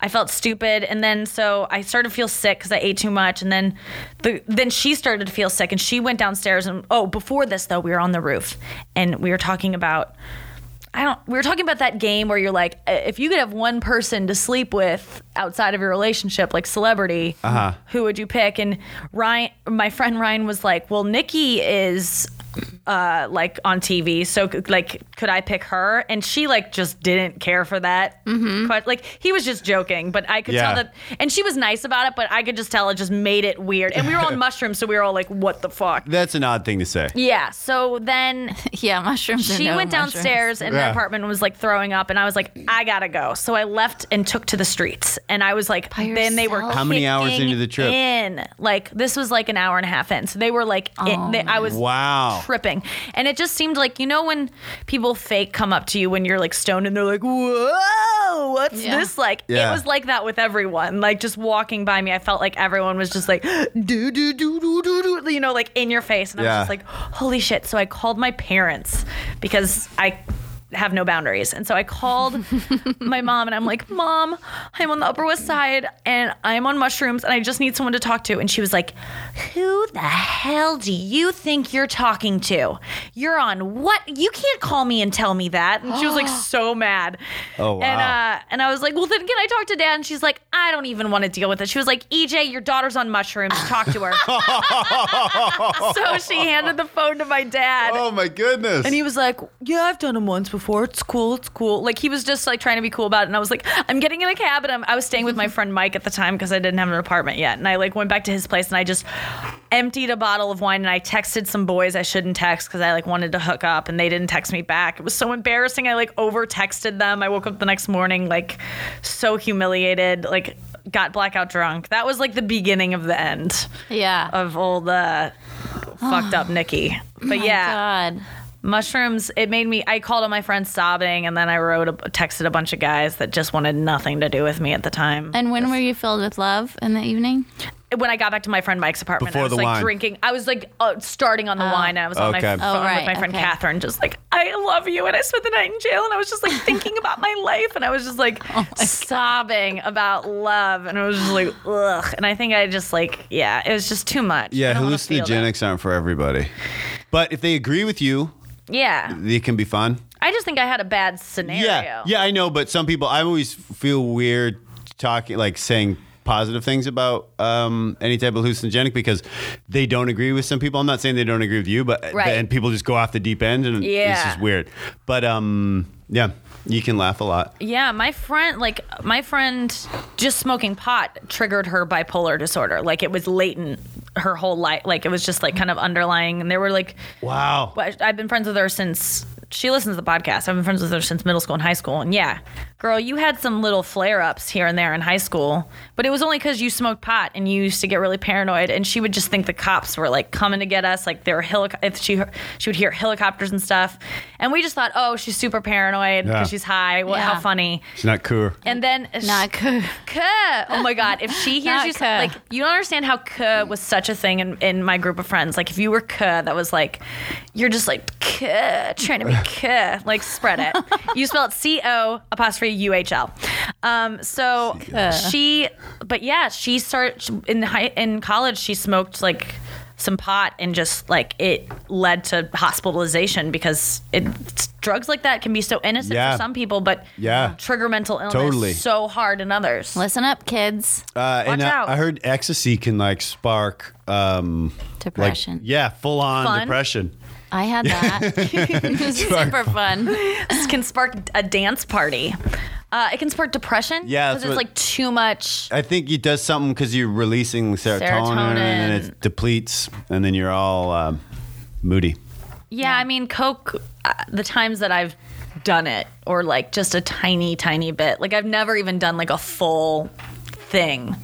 Speaker 3: I felt stupid and then so I started to feel sick cuz I ate too much and then the then she started to feel sick and she went downstairs and oh before this though we were on the roof and we were talking about I don't. We were talking about that game where you're like, uh, if you could have one person to sleep with outside of your relationship, like celebrity, who would you pick? And Ryan, my friend Ryan, was like, well, Nikki is uh, like on TV, so c- like, could I pick her? And she like just didn't care for that. que- Like he was just joking, but I could
Speaker 4: Yeah.
Speaker 3: tell that, and she was nice about it, but I could just tell it just made it weird. And we were on mushrooms, so we were all like, what the fuck?
Speaker 4: That's an odd thing to say.
Speaker 3: Yeah. So then
Speaker 5: Yeah, mushrooms. are
Speaker 3: she
Speaker 5: no
Speaker 3: went
Speaker 5: mushrooms.
Speaker 3: downstairs in
Speaker 4: Yeah.
Speaker 3: her apartment and was like throwing up and i was like i gotta go so i left and took to the streets and i was like
Speaker 5: By
Speaker 3: then they were
Speaker 5: yourself?
Speaker 4: How many hours
Speaker 3: kicking
Speaker 4: into the trip?
Speaker 3: in like this was like an hour and a half in so they were like
Speaker 5: Oh
Speaker 3: in, they, i was
Speaker 4: Wow.
Speaker 3: tripping and it just seemed like you know when people fake come up to you when you're like stoned and they're like whoa what's
Speaker 5: Yeah.
Speaker 3: this like
Speaker 4: Yeah.
Speaker 3: it was like that with everyone like just walking by me i felt like everyone was just like do do do do do do you know like in your face and i
Speaker 4: Yeah.
Speaker 3: was just like holy shit so i called my parents because i have no boundaries and so i called my mom and i'm like mom i'm on the upper west side and i'm on mushrooms and i just need someone to talk to and she was like who the hell do you think you're talking to you're on what you can't call me and tell me that and she was like so mad
Speaker 4: Oh, wow.
Speaker 3: and uh, and I was like, well, then can I talk to dad? And she's like, I don't even want to deal with it. She was like, EJ, your daughter's on mushrooms. Talk to her. so she handed the phone to my dad.
Speaker 4: Oh my goodness.
Speaker 3: And he was like, "Yeah, I've done them once before. It's cool. It's cool." Like he was just like trying to be cool about it. And I was like, "I'm getting in a cab." And I'm, I was staying with my friend Mike at the time because I didn't have an apartment yet. And I like went back to his place and I just emptied a bottle of wine and I texted some boys I shouldn't text because I like wanted to hook up and they didn't text me back. It was so embarrassing. I like over texted them. I woke up the next morning like so humiliated. Like got blackout drunk. That was like the beginning of the end
Speaker 5: Yeah.
Speaker 3: of old uh, fucked up Nikki. But yeah
Speaker 5: Oh God.
Speaker 3: mushrooms it made me i called all my friends sobbing and then i wrote a, texted a bunch of guys that just wanted nothing to do with me at the time
Speaker 5: And when were you filled with love in the evening?
Speaker 3: when i got back to my friend mike's apartment
Speaker 4: Before
Speaker 3: i was
Speaker 4: the
Speaker 3: like
Speaker 4: wine.
Speaker 3: drinking i was like uh, starting on the wine and i was on my
Speaker 4: Okay.
Speaker 3: phone
Speaker 5: Oh,
Speaker 3: with
Speaker 5: right,
Speaker 3: my friend
Speaker 5: okay.
Speaker 3: catherine just like i love you and i spent the night in jail and i was just like thinking about my life and i was just like
Speaker 5: Oh
Speaker 3: sobbing about love and i was just like ugh and i think i just like yeah it was just too much I
Speaker 4: yeah,
Speaker 3: don't wanna feel that.
Speaker 4: hallucinogenics aren't for everybody. But if they agree with you,
Speaker 3: yeah
Speaker 4: it can be fun.
Speaker 3: i just think i had a bad scenario
Speaker 4: Yeah, yeah, I know. But some people, I always feel weird talking, like saying positive things about um, any type of hallucinogenic because they don't agree with some people. I'm not saying they don't agree with you, but
Speaker 3: Right.
Speaker 4: and people just go off the deep end, and
Speaker 3: Yeah.
Speaker 4: this is weird. But um, yeah, you can laugh a lot.
Speaker 3: Yeah, my friend, like my friend, just smoking pot triggered her bipolar disorder. Like it was latent her whole life. Like it was just like kind of underlying. And there were like,
Speaker 4: Wow.
Speaker 3: but I've been friends with her since she listens to the podcast. I've been friends with her since middle school and high school. And yeah, girl, you had some little flare ups here and there in high school, but it was only because you smoked pot and you used to get really paranoid. And she would just think the cops were like coming to get us, like they were helico- if she she would hear helicopters and stuff, and we just thought, oh, she's super paranoid because
Speaker 4: Yeah.
Speaker 3: she's high. What,
Speaker 5: Yeah.
Speaker 3: How funny!
Speaker 4: It's not cool.
Speaker 3: And then
Speaker 5: Not good.
Speaker 3: K. Oh my God. If she hears
Speaker 5: Not
Speaker 3: you,
Speaker 5: K.
Speaker 3: say- like, you don't understand how K was such a thing in, in my group of friends. Like, if you were K, that was like, you're just like K, trying to be K, like, spread it. You spell it C O apostrophe U H L. Um, so she, but yeah, she started in high, in college, she smoked like, some pot and just like it led to hospitalization because it drugs like that can be so innocent
Speaker 4: Yeah.
Speaker 3: for some people but
Speaker 4: Yeah.
Speaker 3: trigger mental illness
Speaker 4: Totally.
Speaker 3: so hard in others.
Speaker 5: Listen up, kids.
Speaker 4: Uh, and
Speaker 3: Watch
Speaker 4: I-
Speaker 3: out.
Speaker 4: I heard ecstasy can like spark um, like-
Speaker 5: Depression.
Speaker 4: yeah, full on
Speaker 3: Fun.
Speaker 4: depression.
Speaker 5: I had that. It's super fun.
Speaker 3: This can spark a dance party. Uh, it can spark depression.
Speaker 4: Yeah, that's
Speaker 3: because it's
Speaker 4: what-
Speaker 3: like too much.
Speaker 4: I think it does something because you're releasing serotonin, and then it depletes, and then you're all um, moody.
Speaker 3: Yeah, I mean, coke. Uh, the times that I've done it, or like just a tiny, tiny bit. Like I've never even done like a full thing,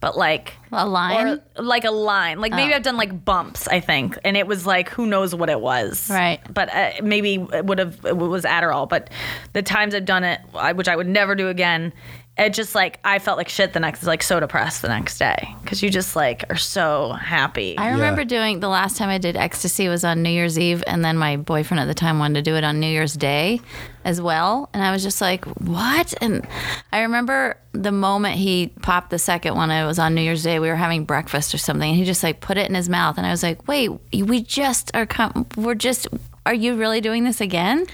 Speaker 3: but like
Speaker 5: A line?
Speaker 3: or like a line. Like
Speaker 5: Oh.
Speaker 3: maybe I've done like bumps. I think, and it was like who knows what it was.
Speaker 5: Right.
Speaker 3: But uh, maybe it would have it was Adderall. But the times I've done it, I, which I would never do again. It just like I felt like shit the next, like so depressed the next day because you just like are so happy.
Speaker 5: I remember doing the last time I did ecstasy was on New Year's Eve, and then my boyfriend at the time wanted to do it on New Year's Day as well. And I was just like, what? And I remember the moment he popped the second one, it was on New Year's Day. We were having breakfast or something, and he just like put it in his mouth. And I was like, wait, we just are, com- we're just, are you really doing this again?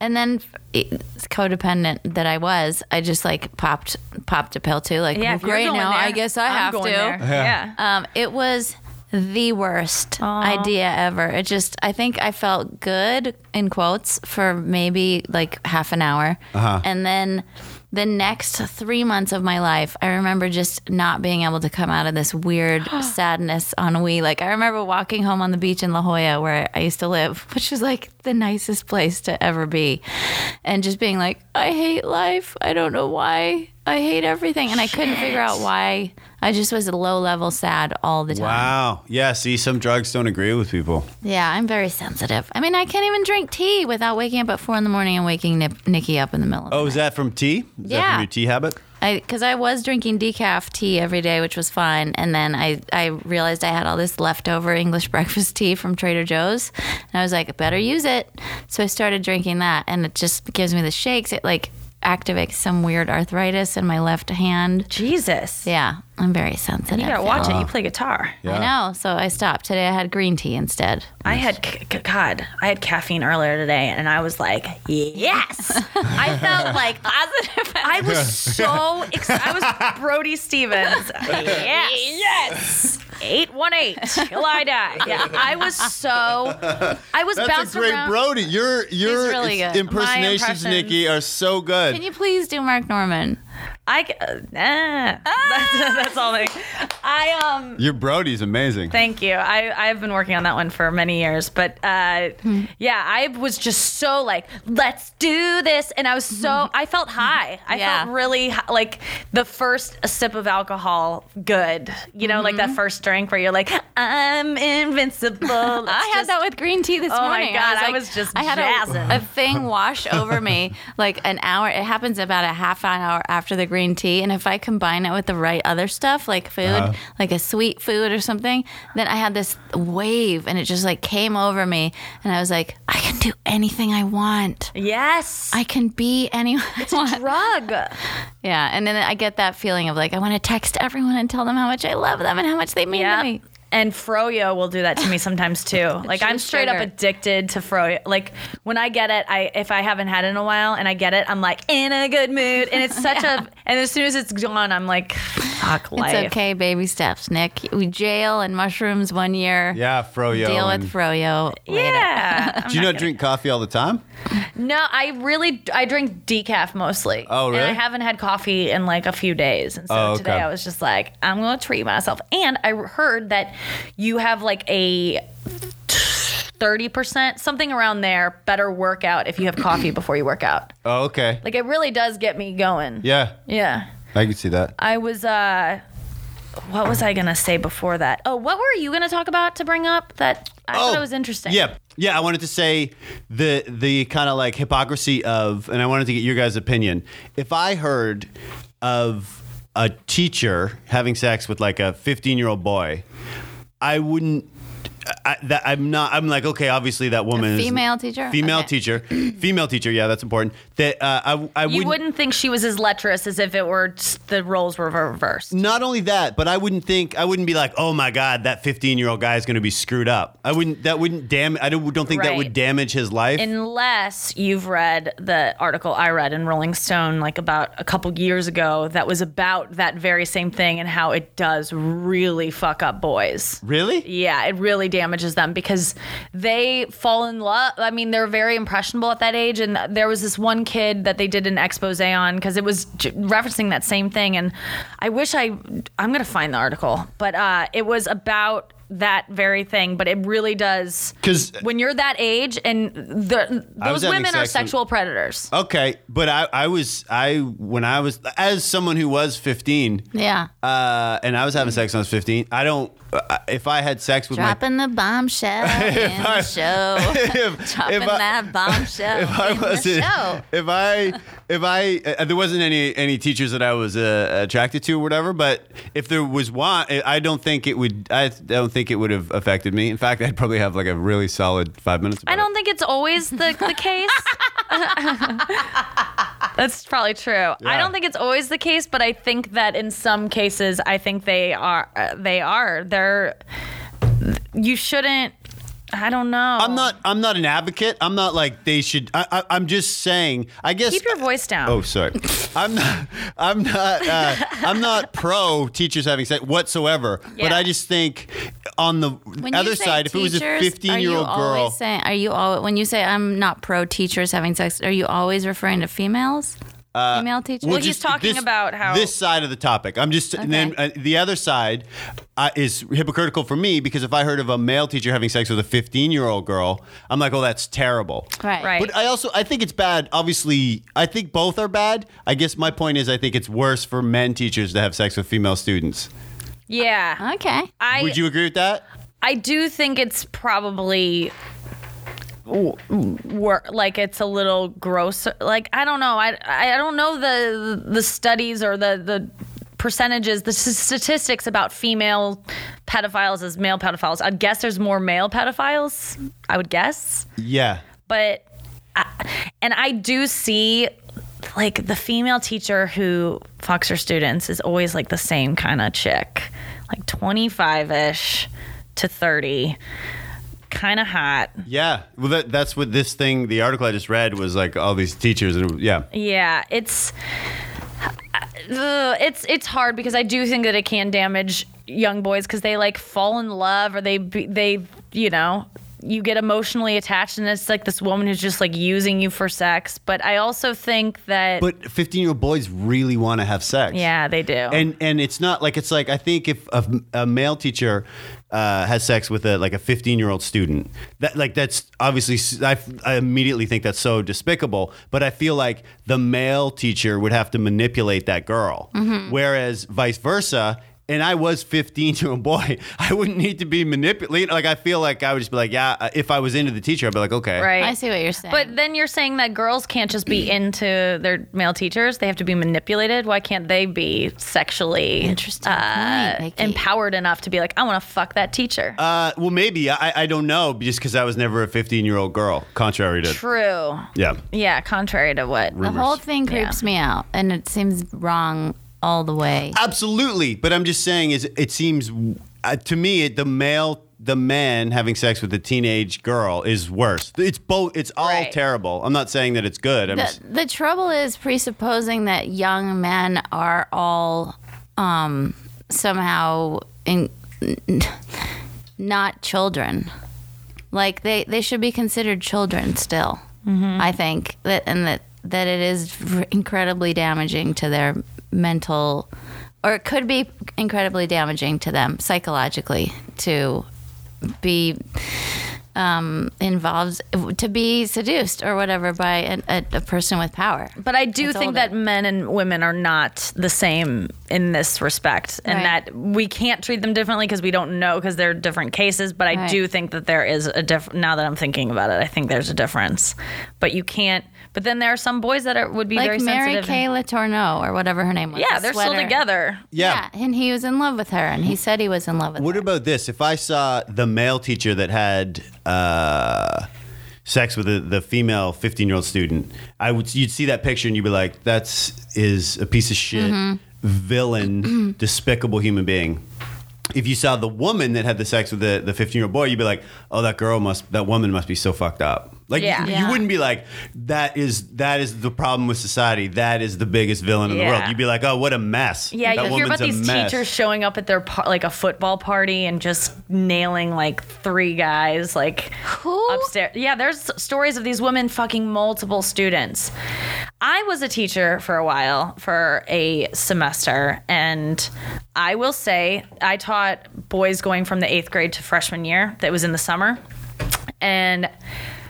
Speaker 5: And then it's codependent that I was, I just like popped popped a pill too. Like,
Speaker 3: yeah,
Speaker 5: well,
Speaker 3: if you're
Speaker 5: great.
Speaker 3: going
Speaker 5: Now
Speaker 3: there,
Speaker 5: I guess I
Speaker 3: I'm
Speaker 5: have
Speaker 3: going
Speaker 5: to.
Speaker 3: there. Yeah.
Speaker 5: Um, it was the worst idea ever. It just, I think I felt good in quotes for maybe like half an hour. And then the next three months of my life, I remember just not being able to come out of this weird sadness ennui. Like, I remember walking home on the beach in La Jolla where I used to live, which was like the nicest place to ever be. And just being like, I hate life. I don't know why. I hate everything. And I couldn't figure out why. I just was low level sad all the time.
Speaker 4: Wow. Yeah. See, some drugs don't agree with people.
Speaker 5: Yeah, I'm very sensitive. I mean, I can't even drink tea without waking up at four in the morning and waking Nip- Nikki up in the middle.
Speaker 4: Oh, is that from tea? Is that
Speaker 5: Yeah.
Speaker 4: from your tea habit?
Speaker 5: because I, was drinking decaf tea every day, which was fun. And then I, I realized I had all this leftover English breakfast tea from Trader Joe's, and I was like, better use it. So I started drinking that, and it just gives me the shakes. It like activates some weird arthritis in my left hand.
Speaker 3: Jesus.
Speaker 5: Yeah, I'm very sensitive.
Speaker 3: You gotta watch it. You play guitar.
Speaker 5: I know, so I stopped today. I had green tea instead.
Speaker 3: I had c- c- God, I had caffeine earlier today, and I was like, yes, I felt like positive. I was so ex- I was Brody Stevens. Yes, yes. Eight one eight till I die. Yeah, I was so I was
Speaker 4: That's
Speaker 3: bounced
Speaker 4: a great
Speaker 3: around.
Speaker 4: Brody. Your your
Speaker 5: really good. My
Speaker 4: impersonations,
Speaker 3: impressions-
Speaker 4: Nikki, are so good.
Speaker 5: Can you please do Mark Norman?
Speaker 3: I c- uh, nah. That's, that's all. I, I um.
Speaker 4: your Brody's amazing.
Speaker 3: Thank you. I, I've been working on that one for many years, but uh,
Speaker 5: Hmm.
Speaker 3: yeah, I was just so like, let's do this, and I was so I felt high. I
Speaker 5: Mm-hmm. Yeah.
Speaker 3: felt really hi- like the first sip of alcohol, good. You know, like
Speaker 5: Mm-hmm.
Speaker 3: that first drink where you're like, I'm invincible.
Speaker 5: I had that with green tea this
Speaker 3: Oh my
Speaker 5: morning.
Speaker 3: God, I
Speaker 5: like-
Speaker 3: was just
Speaker 5: I had
Speaker 3: jazzing.
Speaker 5: a, a thing wash over me like an hour. It happens about a half an hour after the green tea, and if I combine it with the right other stuff like food, like a sweet food or something, then I had this wave, and it just like came over me, and I was like, I can do anything I want.
Speaker 3: Yes.
Speaker 5: I can be anyone. I want.
Speaker 3: drug.
Speaker 5: Yeah, and then I get that feeling of like I want to text everyone and tell them how much I love them and how much they mean
Speaker 3: Yeah.
Speaker 5: to me.
Speaker 3: And Froyo will do that to me sometimes too. Like I'm
Speaker 5: She's
Speaker 3: straight up
Speaker 5: sugar.
Speaker 3: addicted to Froyo. Like when I get it, I if I haven't had it in a while and I get it, I'm like in a good mood. And it's such a and as soon as it's gone, I'm like, fuck life.
Speaker 5: It's okay, baby steps, Nick. We jail and mushrooms one year.
Speaker 4: Yeah, Froyo.
Speaker 5: Deal
Speaker 4: and-
Speaker 5: with Froyo later.
Speaker 3: Yeah. I'm
Speaker 4: Do you
Speaker 3: not
Speaker 4: not
Speaker 3: gonna-
Speaker 4: drink coffee all the time?
Speaker 3: No, I really I drink decaf mostly.
Speaker 4: Oh,
Speaker 3: And I
Speaker 4: really?
Speaker 3: haven't had coffee in like a few days, and so
Speaker 4: Oh, okay.
Speaker 3: today I was just like, I'm gonna treat myself. And I heard that you have like a. 30%, something around there, better workout if you have coffee before you work out.
Speaker 4: Oh, okay.
Speaker 3: Like it really does get me going.
Speaker 4: yeah,
Speaker 3: Yeah.
Speaker 4: I can see that.
Speaker 3: I was uh what was I gonna say before that? Oh, what were you gonna talk about to bring up that I thought it was interesting?
Speaker 4: Oh, Yeah, yeah. I wanted to say the the kind of like hypocrisy of, and I wanted to get your guys' opinion. If I heard of a teacher having sex with like a 15 year old boy, I wouldn't. I, that I'm not. I'm like, okay, obviously that woman is
Speaker 5: female teacher?
Speaker 4: female
Speaker 5: Okay.
Speaker 4: teacher, female teacher. Yeah, that's important. That uh, I, I
Speaker 3: You wouldn't think she was as lecherous as if it were just the roles were reversed.
Speaker 4: Not only that, but I wouldn't think I wouldn't be like, oh my god, that fifteen year old guy is going to be screwed up. I wouldn't. That wouldn't damn. I don't, don't think that would
Speaker 3: Right.
Speaker 4: damage his life.
Speaker 3: Unless you've read the article I read in Rolling Stone, like about a couple years ago, that was about that very same thing and how it does really fuck up boys.
Speaker 4: really?
Speaker 3: Yeah, it really damages them because they fall in love. I mean, they're very impressionable at that age. And there was this one kid that they did an expose on because it was j- referencing that same thing. And I wish I, I'm going to find the article, but uh, it was about that very thing. But it really does.
Speaker 4: 'Cause-
Speaker 3: when you're that age and the,
Speaker 4: I was
Speaker 3: those
Speaker 4: having
Speaker 3: women are
Speaker 4: sex with-
Speaker 3: sexual predators.
Speaker 4: Okay, but I, I was I when I was as someone who was fifteen,
Speaker 5: Yeah.
Speaker 4: uh, and I was having sex when I was fifteen. I don't. Uh, if I had sex with my
Speaker 5: Dropping the bombshell in the show. Dropping
Speaker 4: I-
Speaker 5: that bombshell
Speaker 4: if I
Speaker 5: in the
Speaker 4: wasn't,
Speaker 5: show.
Speaker 4: if I, if I, uh, there wasn't any any teachers that I was uh, attracted to or whatever. But if there was one, I I don't think it would. I don't think it would have affected me. In fact, I'd probably have like a really solid five minutes. about
Speaker 3: I
Speaker 4: it.
Speaker 3: don't think it's always the, the case. That's probably true. I
Speaker 4: Yeah.
Speaker 3: don't think it's always the case, but I think that in some cases, I think they are. Uh, they are. They're. You shouldn't. I don't know.
Speaker 4: I'm not. I'm not an advocate. I'm not like they should. I, I, I'm just saying. I guess.
Speaker 3: Keep your voice down.
Speaker 4: Oh, sorry. I'm not. I'm not. Uh, I'm not pro teachers having sex whatsoever. But
Speaker 3: Yeah.
Speaker 4: I just think on the
Speaker 5: When you
Speaker 4: other
Speaker 5: say
Speaker 4: side, if it was a
Speaker 5: teachers, are
Speaker 4: 15 year
Speaker 5: you
Speaker 4: old
Speaker 5: always
Speaker 4: girl,
Speaker 5: Saying, are you all when you say I'm not pro teachers having sex? Are you always referring to females? Female teachers.
Speaker 4: Uh, Well,
Speaker 3: he's
Speaker 4: just
Speaker 3: talking
Speaker 4: this-
Speaker 3: about how-
Speaker 4: this side of the topic. I'm just and then uh, the other side uh, is hypocritical for me because if I heard of a male teacher having sex with a 15 year old girl, I'm like, oh, that's terrible.
Speaker 5: right.
Speaker 3: Right.
Speaker 4: But I also I think it's bad. Obviously, I think both are bad. I guess my point is I think it's worse for men teachers to have sex with female students.
Speaker 3: Yeah.
Speaker 5: Okay.
Speaker 3: I.
Speaker 4: Would you agree with that?
Speaker 3: I do think it's probably work like it's a little gross like I don't know I I don't know the the studies or the the percentages the s- statistics about female pedophiles as male pedophiles I guess there's more male pedophiles I would guess
Speaker 4: Yeah.
Speaker 3: but I, and I do see like the female teacher who fucks her students is always like the same kind of chick, like 25 ish to 30, kind of hot.
Speaker 4: Yeah. Well, that, that's what this thing, the article I just read was like all these teachers. And, yeah.
Speaker 3: Yeah, it's uh, Ugh, it's it's hard because I do think that it can damage young boys because they like fall in love or they be- they you know you get emotionally attached and it's like this woman who's just like using you for sex. But I also think that
Speaker 4: But 15 year old boys really want to have sex.
Speaker 3: yeah they do
Speaker 4: And and it's not like it's like I think if a, a male teacher uh, has sex with a like a 15 year old student that like that's obviously s- I, f- I immediately think that's so despicable but I feel like the male teacher would have to manipulate that girl whereas vice versa and I was 15 year old boy I wouldn't need to be manipulated like I feel like I would just be like yeah uh, if I was into the teacher I'd be like okay
Speaker 3: right.
Speaker 5: I see what you're saying.
Speaker 3: But then you're saying that girls can't just be into their male teachers; they have to be manipulated. Why can't they be sexually
Speaker 5: interesting
Speaker 3: uh,
Speaker 5: point, Nikki.
Speaker 3: empowered enough to be like, "I want to fuck that teacher"?
Speaker 4: uh, well maybe I, I don't know just because I was never a 15 year old girl contrary to
Speaker 3: True.
Speaker 4: yeah
Speaker 3: Yeah, contrary to what.
Speaker 5: the whole thing creeps me out, and it seems wrong all the way.
Speaker 4: Absolutely, but I'm just saying is it seems uh, to me it, the male the man having sex with a teenage girl is worse. It's both. It's all
Speaker 3: Right.
Speaker 4: terrible. I'm not saying that it's good. I'm
Speaker 5: The,
Speaker 4: just,
Speaker 5: Uh, the trouble is presupposing that young men are all um, somehow in, not children. Like they, they should be considered children still. I think that and that that it is r- incredibly damaging to their mental, or it could be incredibly damaging to them psychologically to be um, involves to be seduced or whatever by an, a, a person with power.
Speaker 3: But I do
Speaker 5: It's
Speaker 3: think
Speaker 5: older.
Speaker 3: that men and women are not the same in this respect, and
Speaker 5: Right.
Speaker 3: that we can't treat them differently because we don't know because they're different cases. But I
Speaker 5: Right.
Speaker 3: do think that there is a diff. Now that I'm thinking about it, I think there's a difference. But you can't. But then there are some boys that are, would be very
Speaker 5: like Mary
Speaker 3: sensitive.
Speaker 5: Kay
Speaker 3: and-
Speaker 5: Letourneau or whatever her name was.
Speaker 3: yeah,
Speaker 5: the
Speaker 3: they're still
Speaker 5: sweater.
Speaker 3: together.
Speaker 5: Yeah. and he was in love with her, and he said he was in love with
Speaker 4: What
Speaker 5: her.
Speaker 4: about this? If I saw the male teacher that had uh, sex with the, the female 15 year old student, I would you'd see that picture and you'd be like, "That's is a piece of shit,
Speaker 3: Mm-hmm.
Speaker 4: villain, despicable human being." If you saw the woman that had the sex with the the 15 year old boy, you'd be like, "Oh, that girl must that woman must be so fucked up." Like you-
Speaker 3: Yeah.
Speaker 4: you,
Speaker 5: Yeah.
Speaker 4: wouldn't be like, "That is that is the problem with society. That is the biggest villain in the world."
Speaker 3: Yeah.
Speaker 4: You'd be like, "Oh, what a mess."
Speaker 3: Yeah,
Speaker 4: that
Speaker 3: you hear about
Speaker 4: woman's a
Speaker 3: these
Speaker 4: mess."
Speaker 3: teachers showing up at their par- like a football party and just nailing like three guys like
Speaker 5: Who?
Speaker 3: upstairs. Yeah, there's stories of these women fucking multiple students. I was a teacher for a while, for a semester, and I will say I taught boys going from the eighth grade to freshman year. That was in the summer, and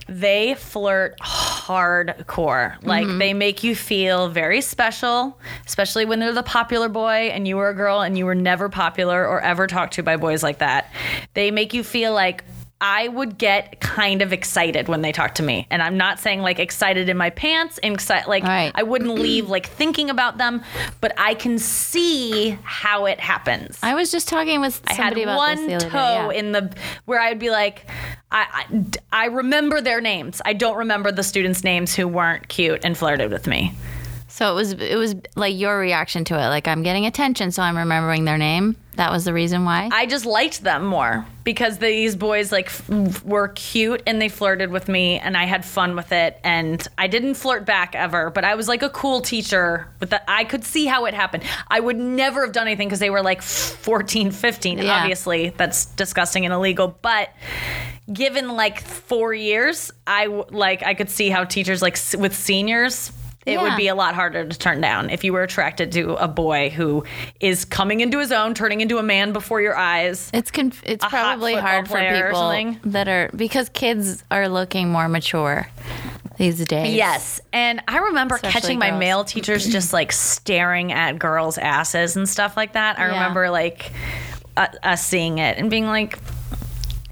Speaker 3: they flirt hardcore. Like they make you feel very special, especially when they're the popular boy and you were a girl and you were never popular or ever talked to by boys like that. They make you feel like I would get kind of excited when they talk to me. And I'm not saying like excited in my pants, excited like
Speaker 5: Right.
Speaker 3: I wouldn't leave like thinking about them, but I can see how it happens.
Speaker 5: I was just talking with
Speaker 3: I had
Speaker 5: somebody about
Speaker 3: one
Speaker 5: this the other
Speaker 3: toe
Speaker 5: day. yeah.
Speaker 3: in the where I would be like, I, I d- I remember their names. I don't remember the students' names who weren't cute and flirted with me.
Speaker 5: So it was it was like your reaction to it, like I'm getting attention, so I'm remembering their name. That was the reason why.
Speaker 3: I just liked them more because these boys like f- were cute and they flirted with me and I had fun with it and I didn't flirt back ever, but I was like a cool teacher with that I could see how it happened. I would never have done anything cuz they were like 14, 15.
Speaker 5: Yeah.
Speaker 3: Obviously, that's disgusting and illegal, but given like 4 years, I w- like I could see how teachers like s- with seniors it would
Speaker 5: Yeah.
Speaker 3: be a lot harder to turn down if you were attracted to a boy who is coming into his own, turning into a man before your eyes.
Speaker 5: it's conf- it's
Speaker 3: A hot
Speaker 5: probably
Speaker 3: football
Speaker 5: hard for
Speaker 3: player or
Speaker 5: people
Speaker 3: something.
Speaker 5: that are because kids are looking more mature these days.
Speaker 3: Yes. And I remember
Speaker 5: Especially
Speaker 3: catching my
Speaker 5: girls.
Speaker 3: male teachers just like staring at girls' asses and stuff like that. I
Speaker 5: Yeah.
Speaker 3: remember like u- us seeing it and being like,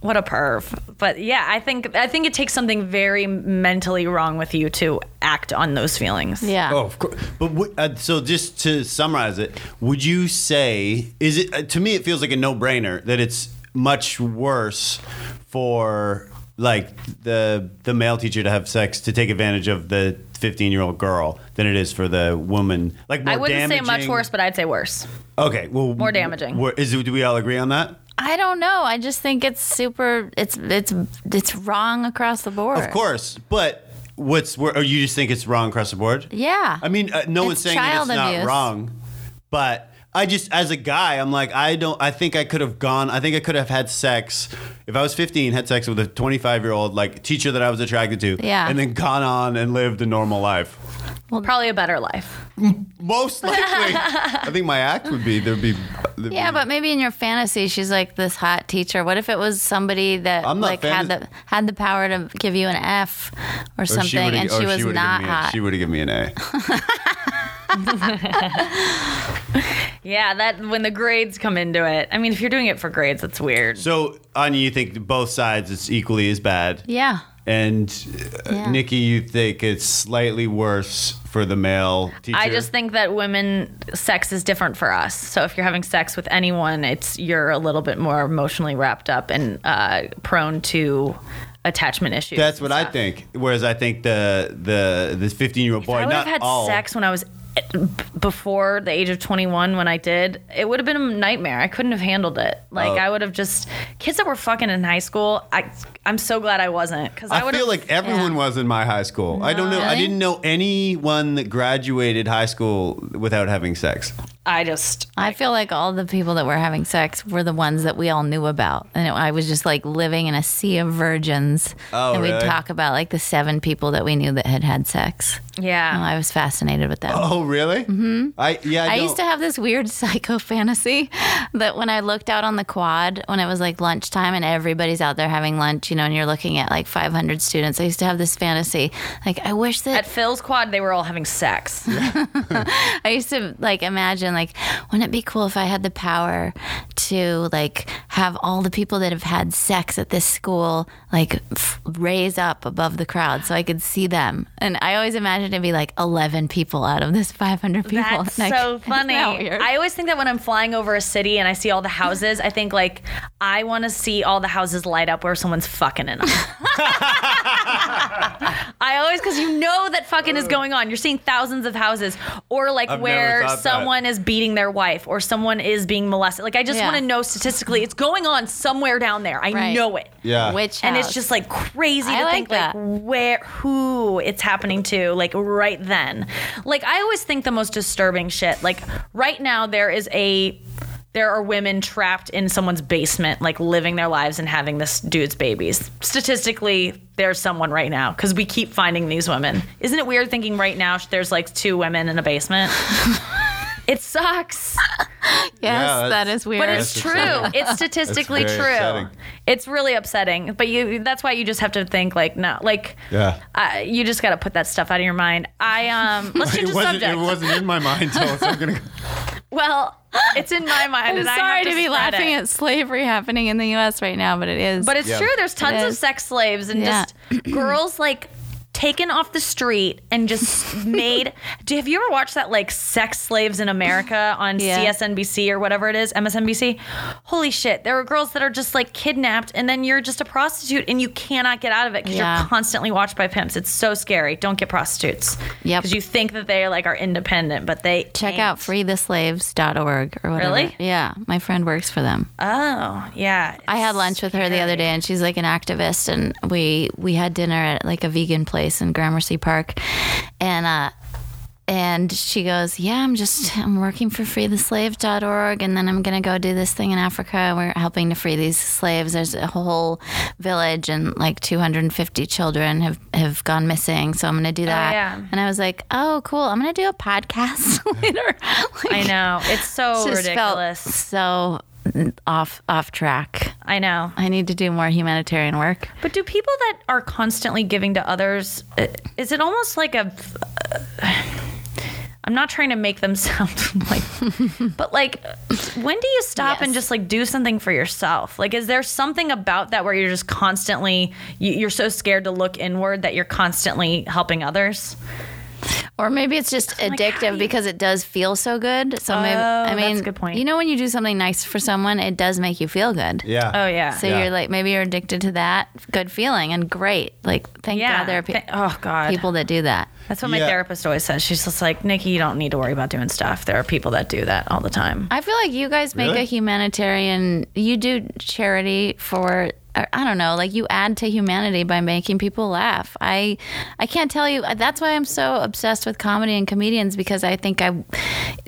Speaker 3: what a perv. But yeah, I think I think it takes something very mentally wrong with you to act on those feelings.
Speaker 5: Yeah.
Speaker 4: Oh, of course. But w- uh, so just to summarize it, would you say is it uh, to me? It feels like a no-brainer that it's much worse for like the the male teacher to have sex to take advantage of the 15 year old girl than it is for the woman. Like more
Speaker 3: I wouldn't
Speaker 4: damaging.
Speaker 3: say much worse, but I'd say worse.
Speaker 4: Okay, well,
Speaker 3: More damaging.
Speaker 4: where- Is it, do we all agree on that?
Speaker 5: I don't know. I just think it's super. It's it's it's wrong across the board.
Speaker 4: Of course, but what's where? Or you just think it's wrong across the board?
Speaker 5: Yeah.
Speaker 4: I mean, uh, no one's saying that it's
Speaker 5: child
Speaker 4: not
Speaker 5: abuse.
Speaker 4: wrong, but I just, as a guy, I'm like, I don't, I think I could have gone, I think I could have had sex if I was 15, had sex with a 25 year old, like teacher that I was attracted to,
Speaker 5: Yeah.
Speaker 4: and then gone on and lived a normal life.
Speaker 3: Probably a better life.
Speaker 4: Most likely, I think my act would be there'd be, there'd
Speaker 5: Yeah,
Speaker 4: be-
Speaker 5: but maybe in your fantasy, she's like this hot teacher. What if it was somebody that
Speaker 4: I'm not
Speaker 5: like had
Speaker 4: fantas-
Speaker 5: the had the power to give you an F or,
Speaker 4: or
Speaker 5: something,
Speaker 4: Oh, would've-
Speaker 5: and
Speaker 4: or
Speaker 5: she was
Speaker 4: would've
Speaker 5: not
Speaker 4: given me a-
Speaker 5: hot?
Speaker 4: She would have given me an A.
Speaker 3: Yeah, that when the grades come into it. I mean, if you're doing it for grades, that's weird.
Speaker 4: So, Anya, you think both sides it's equally as bad.
Speaker 5: yeah.
Speaker 4: And uh,
Speaker 5: Yeah.
Speaker 4: Nikki, you think it's slightly worse for the male teacher?
Speaker 3: I just think that women sex is different for us. So if you're having sex with anyone, it's you're a little bit more emotionally wrapped up and uh, prone to attachment issues.
Speaker 4: That's what I think. Whereas I think the the the 15 year old boy,
Speaker 3: I would
Speaker 4: not
Speaker 3: have had
Speaker 4: all.
Speaker 3: sex when I was eh, before the age of 21 when I did. It would have been a nightmare. I couldn't have handled it. Like
Speaker 4: Oh.
Speaker 3: I would have just kids that were fucking in high school. I I'm so glad I wasn't cuz I,
Speaker 4: I
Speaker 3: would
Speaker 4: feel like everyone
Speaker 5: yeah.
Speaker 4: was in my high school. I don't know. I
Speaker 5: Really?
Speaker 4: didn't know anyone that graduated high school without having sex.
Speaker 3: I just
Speaker 5: I feel like all the people that were having sex were the ones that we all knew about, and it, I was just like living in a sea of virgins.
Speaker 4: Oh,
Speaker 5: and we'd
Speaker 4: really?
Speaker 5: talk about like the seven people that we knew that had had sex. Well,
Speaker 3: Yeah.
Speaker 5: I was fascinated with them.
Speaker 4: Oh, really? Mm-hmm. I yeah.
Speaker 5: I
Speaker 4: don't-
Speaker 5: used to have this weird psycho fantasy that when I looked out on the quad, when it was like lunchtime and everybody's out there having lunch, you know, and you're looking at like 500 students, I used to have this fantasy. Like, I wish
Speaker 3: At
Speaker 5: that
Speaker 3: Phil's quad, they were all having sex.
Speaker 5: I used to like imagine, like, wouldn't it be cool if I had the power to like have all the people that have had sex at this school like f- raise up above the crowd so I could see them? And I always imagined it'd be like 11 people out of this 500 people.
Speaker 3: That's
Speaker 5: Like,
Speaker 3: so
Speaker 5: isn't that
Speaker 3: funny.
Speaker 5: weird?
Speaker 3: I always think that when I'm flying over a city and I see all the houses, I think like I want to see all the houses light up where someone's fucking in them. I always because you know that fucking is going on. You're seeing thousands of houses, or like
Speaker 4: I've never
Speaker 3: where
Speaker 4: thought that.
Speaker 3: someone is beating their wife or someone is being molested. Like I just
Speaker 5: Yeah.
Speaker 3: want to know statistically, it's going on somewhere down there. I
Speaker 5: Right.
Speaker 3: know it.
Speaker 4: yeah.
Speaker 5: Witch
Speaker 3: And it's
Speaker 5: house.
Speaker 3: just like crazy
Speaker 5: I
Speaker 3: to
Speaker 5: like
Speaker 3: think
Speaker 5: that.
Speaker 3: like where who it's happening to, like right then. Like I always think the most disturbing shit. Like right now there is a there are women trapped in someone's basement, like living their lives and having this dude's babies. Statistically, there's someone right now because we keep finding these women. Isn't it weird thinking right now sh- there's like two women in a basement? it sucks.
Speaker 5: Yes,
Speaker 4: Yeah,
Speaker 5: that
Speaker 4: that's-
Speaker 5: is weird.
Speaker 3: But it's
Speaker 4: That's
Speaker 3: true.
Speaker 4: upsetting.
Speaker 3: It's statistically
Speaker 4: That's
Speaker 3: true.
Speaker 4: very upsetting.
Speaker 3: It's really upsetting. But you that's why you just have to think like no. Like
Speaker 4: Yeah.
Speaker 3: uh, you just got to put that stuff out of your mind. I um let's change
Speaker 4: It
Speaker 3: the
Speaker 4: wasn't,
Speaker 3: subject.
Speaker 4: it wasn't in my mind, so I'm gonna.
Speaker 3: well, it's in my mind
Speaker 5: I'm
Speaker 3: and I
Speaker 5: sorry
Speaker 3: have
Speaker 5: to, be
Speaker 3: spread
Speaker 5: laughing
Speaker 3: it.
Speaker 5: at slavery happening in the U.S. right now, but it is.
Speaker 3: But it's
Speaker 4: Yeah.
Speaker 3: true. There's tons
Speaker 5: It
Speaker 3: of
Speaker 5: is.
Speaker 3: sex slaves and
Speaker 5: Yeah.
Speaker 3: just girls like taken off the street and just made. Do have you ever watched that like sex slaves in America on
Speaker 5: Yeah.
Speaker 3: CSNBC or whatever it is, MSNBC? Holy shit! There are girls that are just like kidnapped and then you're just a prostitute and you cannot get out of it because
Speaker 5: Yeah.
Speaker 3: you're constantly watched by pimps. It's so scary. Don't get prostitutes.
Speaker 5: Yep.
Speaker 3: Because you think that they like are independent, but they
Speaker 5: check
Speaker 3: ain't.
Speaker 5: out freetheslaves.org or whatever.
Speaker 3: Really?
Speaker 5: Yeah, my friend works for them.
Speaker 3: Oh yeah.
Speaker 5: I had lunch with her the other day, and she's like an activist, and we we had dinner at like a vegan place in Gramercy Park, and uh, and she goes, yeah, I'm just I'm working for freetheslave.org, and then I'm gonna go do this thing in Africa. We're helping to free these slaves. There's a whole village, and like 250 children have have gone missing, so I'm gonna do that.
Speaker 3: Oh, yeah.
Speaker 5: And I was like, oh, cool. I'm gonna do a podcast later. Like,
Speaker 3: I know it's so
Speaker 5: just felt
Speaker 3: ridiculous.
Speaker 5: so off off track.
Speaker 3: I know.
Speaker 5: I need to do more humanitarian work.
Speaker 3: But do people that are constantly giving to others, uh, is it almost like a? am not trying to make them sound like, but like, when do you stop and
Speaker 5: Yes.
Speaker 3: just like do something for yourself? Like, is there something about that where you're just constantly, you, you're so scared to look inward that you're constantly helping others?
Speaker 5: Or maybe it's just
Speaker 3: how do
Speaker 5: addictive
Speaker 3: you-
Speaker 5: because it does feel so good. So maybe I
Speaker 3: Oh, that's
Speaker 5: mean,
Speaker 3: a good point.
Speaker 5: you know when you do something nice for someone, it does make you feel good.
Speaker 4: Yeah.
Speaker 3: Oh yeah.
Speaker 5: So
Speaker 4: Yeah.
Speaker 5: you're like maybe you're addicted to that good feeling and great. Like thank
Speaker 3: yeah.
Speaker 5: God there are pe-
Speaker 3: Th- oh God.
Speaker 5: people that do that.
Speaker 3: That's what my
Speaker 4: Yeah.
Speaker 3: therapist always says. She's just like, Nikki, you don't need to worry about doing stuff. There are people that do that all the time.
Speaker 5: I feel like you guys make
Speaker 4: Really?
Speaker 5: a humanitarian. You do charity for or I don't know, like you add to humanity by making people laugh. I I can't tell you. That's why I'm so obsessed with comedy and comedians because I think I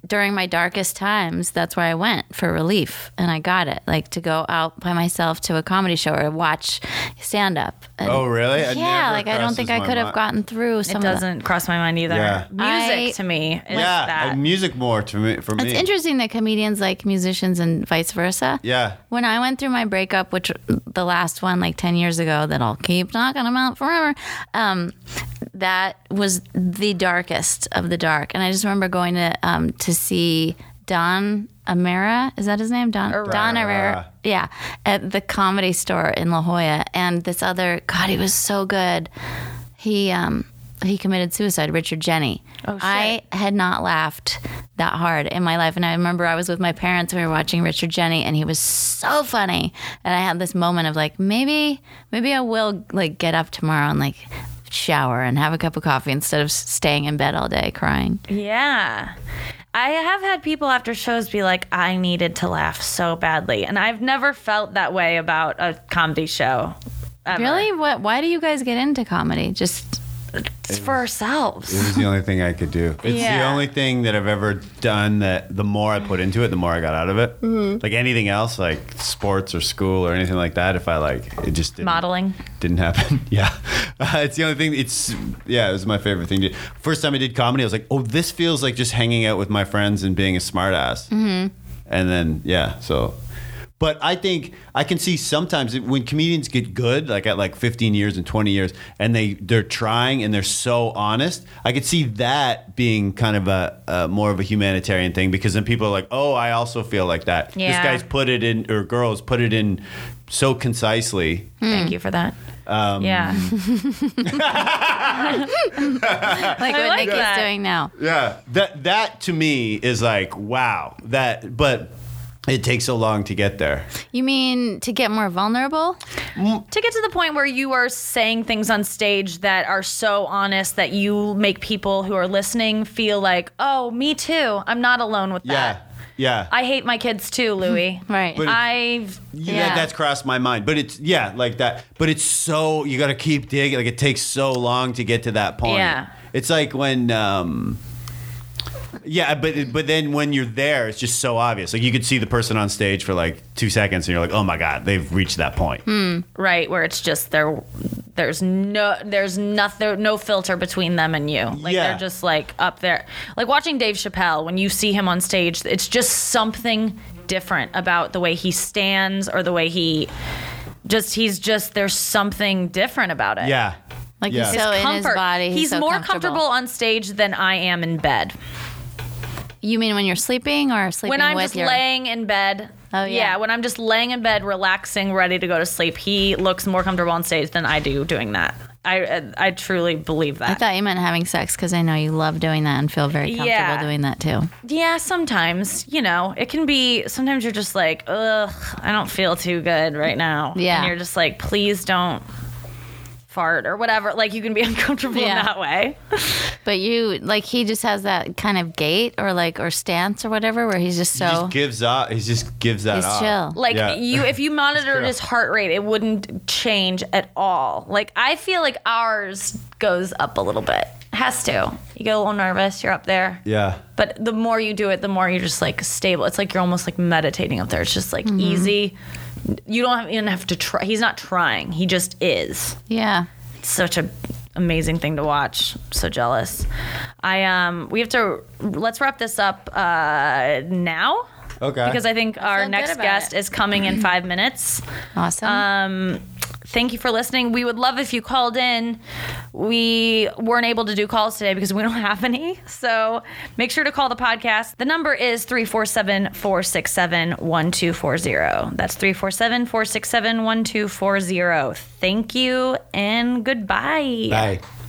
Speaker 5: during my darkest times, that's where I went for relief and I got it. Like to go out by myself to a comedy show or watch stand up.
Speaker 4: Oh, really? It
Speaker 5: yeah,
Speaker 4: never
Speaker 5: like I don't
Speaker 4: crosses
Speaker 5: think I
Speaker 4: my
Speaker 5: could have
Speaker 4: mind.
Speaker 5: gotten through
Speaker 3: It
Speaker 5: some of that.
Speaker 3: doesn't cross my mind either.
Speaker 4: Yeah.
Speaker 3: Music
Speaker 5: I-
Speaker 3: to me is
Speaker 4: Yeah,
Speaker 3: that.
Speaker 4: and music more to me for me.
Speaker 5: It's interesting that comedians like musicians and vice versa.
Speaker 4: Yeah.
Speaker 5: When I went through my breakup, which the last one like 10 years ago, that I'll keep knocking them out forever, um, that was the darkest of the dark. And I just remember going to um, to see Don Amera. Is that his name? Don, Don Herrera. Yeah. At the comedy store in La Jolla. And this other, God, he was so good. He, um, he committed suicide, Richard Jenny. Oh, shit. I had not laughed that hard in my life. And I remember I was with my parents and we were watching Richard Jenny and he was so funny. And I had this moment of like, maybe, maybe I will like get up tomorrow and like shower and have a cup of coffee instead of s- staying in bed all day crying.
Speaker 3: Yeah. I have had people after shows be like, I needed to laugh so badly. And I've never felt that way about a comedy show.
Speaker 5: Really? What, why do you guys get into comedy? Just
Speaker 3: it's for ourselves.
Speaker 4: It was the only thing I could do. It's the
Speaker 3: Yeah.
Speaker 4: only thing that I've ever done that the more I put into it, the more I got out of it.
Speaker 3: Mm-hmm.
Speaker 4: Like anything else, like sports or school or anything like that, if I like, it just didn't,
Speaker 3: Modeling.
Speaker 4: didn't happen. yeah, uh, it's the only thing. It's yeah, it was my favorite thing to. do. First time I did comedy, I was like, oh, this feels like just hanging out with my friends and being a smartass. And then yeah, so. But I think I can see sometimes it- when comedians get good, like at like 15 years and 20 years, and they they're trying and they're so honest. I could see that being kind of a, a more of a humanitarian thing because then people are like, oh, I also feel like that.
Speaker 3: Yeah.
Speaker 4: This guy's put it in or girls put it in so concisely
Speaker 3: Thank you for that.
Speaker 4: Um,
Speaker 3: yeah.
Speaker 5: like what
Speaker 3: like
Speaker 5: Nikki's
Speaker 3: that.
Speaker 5: doing now.
Speaker 4: Yeah. That that to me is like wow. That but it takes so long to get there.
Speaker 5: You mean to get more vulnerable?
Speaker 3: to get to the point where you are saying things on stage that are so honest that you make people who are listening feel like, oh, me too. I'm not alone with
Speaker 4: Yeah.
Speaker 3: that.
Speaker 4: Yeah.
Speaker 3: Uh, I hate my kids too, Louie.
Speaker 5: Right.
Speaker 4: But-
Speaker 3: I
Speaker 4: yeah.
Speaker 5: yeah.
Speaker 4: that's crossed my mind. But it's yeah, like that. But it's so you got to keep digging. Like it takes so long to get to that point.
Speaker 3: Yeah.
Speaker 4: It's like when um yeah, but but then when you're there, it's just so obvious. Like you could see the person on stage for like two seconds, and you're like, "Oh my god, they've reached that point."
Speaker 3: Hmm. right where it's just there there's no there's nothing no filter between them and you like
Speaker 4: Yeah.
Speaker 3: they're just like up there like watching dave chappelle when you see him on stage it's just something different about the way he stands or the way he just he's just there's something different about it
Speaker 4: Yeah,
Speaker 5: Like
Speaker 4: Yeah.
Speaker 5: he's so in his body. He's,
Speaker 3: he's
Speaker 5: so
Speaker 3: more comfortable. on stage than I am in bed.
Speaker 5: You mean when you're sleeping or sleeping
Speaker 3: When I'm
Speaker 5: with
Speaker 3: just
Speaker 5: your?
Speaker 3: laying in bed,
Speaker 5: Oh, yeah.
Speaker 3: When I'm just laying in bed, relaxing, ready to go to sleep, he looks more comfortable on stage than I do doing that. I I truly believe
Speaker 5: I
Speaker 3: that.
Speaker 5: thought you meant having sex because I know you love doing that and feel very comfortable
Speaker 3: Yeah.
Speaker 5: doing that too.
Speaker 3: yeah, sometimes you know it can be. Sometimes you're just like, ugh, I don't feel too good right now.
Speaker 5: Yeah.
Speaker 3: and you're just like, please don't fart or whatever. Like you can be uncomfortable
Speaker 5: Yeah.
Speaker 3: in that way.
Speaker 5: But you like he just has that kind of gait or like or stance or whatever where he's just
Speaker 4: he
Speaker 5: so
Speaker 4: just gives up. He just gives that.
Speaker 5: He's
Speaker 4: up.
Speaker 5: chill.
Speaker 3: Like
Speaker 4: Yeah.
Speaker 3: you, if you monitored
Speaker 4: true.
Speaker 3: his heart rate, it wouldn't change at all. Like I feel like ours goes up a little bit. Has to. You get a little nervous. You're up there.
Speaker 4: Yeah.
Speaker 3: But the more you do it, the more you're just like stable. It's like you're almost like meditating up there. It's just like easy. You don't even have to try. He's not trying. He just is.
Speaker 5: yeah.
Speaker 3: It's such a amazing thing to watch. So jealous. I um. We have to. Let's wrap this up uh, now.
Speaker 4: Okay.
Speaker 3: Because I think our
Speaker 5: good
Speaker 3: next
Speaker 5: about
Speaker 3: guest
Speaker 5: it.
Speaker 3: is coming in five minutes.
Speaker 5: Awesome.
Speaker 3: Um, thank you for listening. We would love if you called in. We weren't able to do calls today because we don't have any. So make sure to call the podcast. The number is 347 467 1240. That's 347 467 1240. Thank you and goodbye.
Speaker 4: Bye.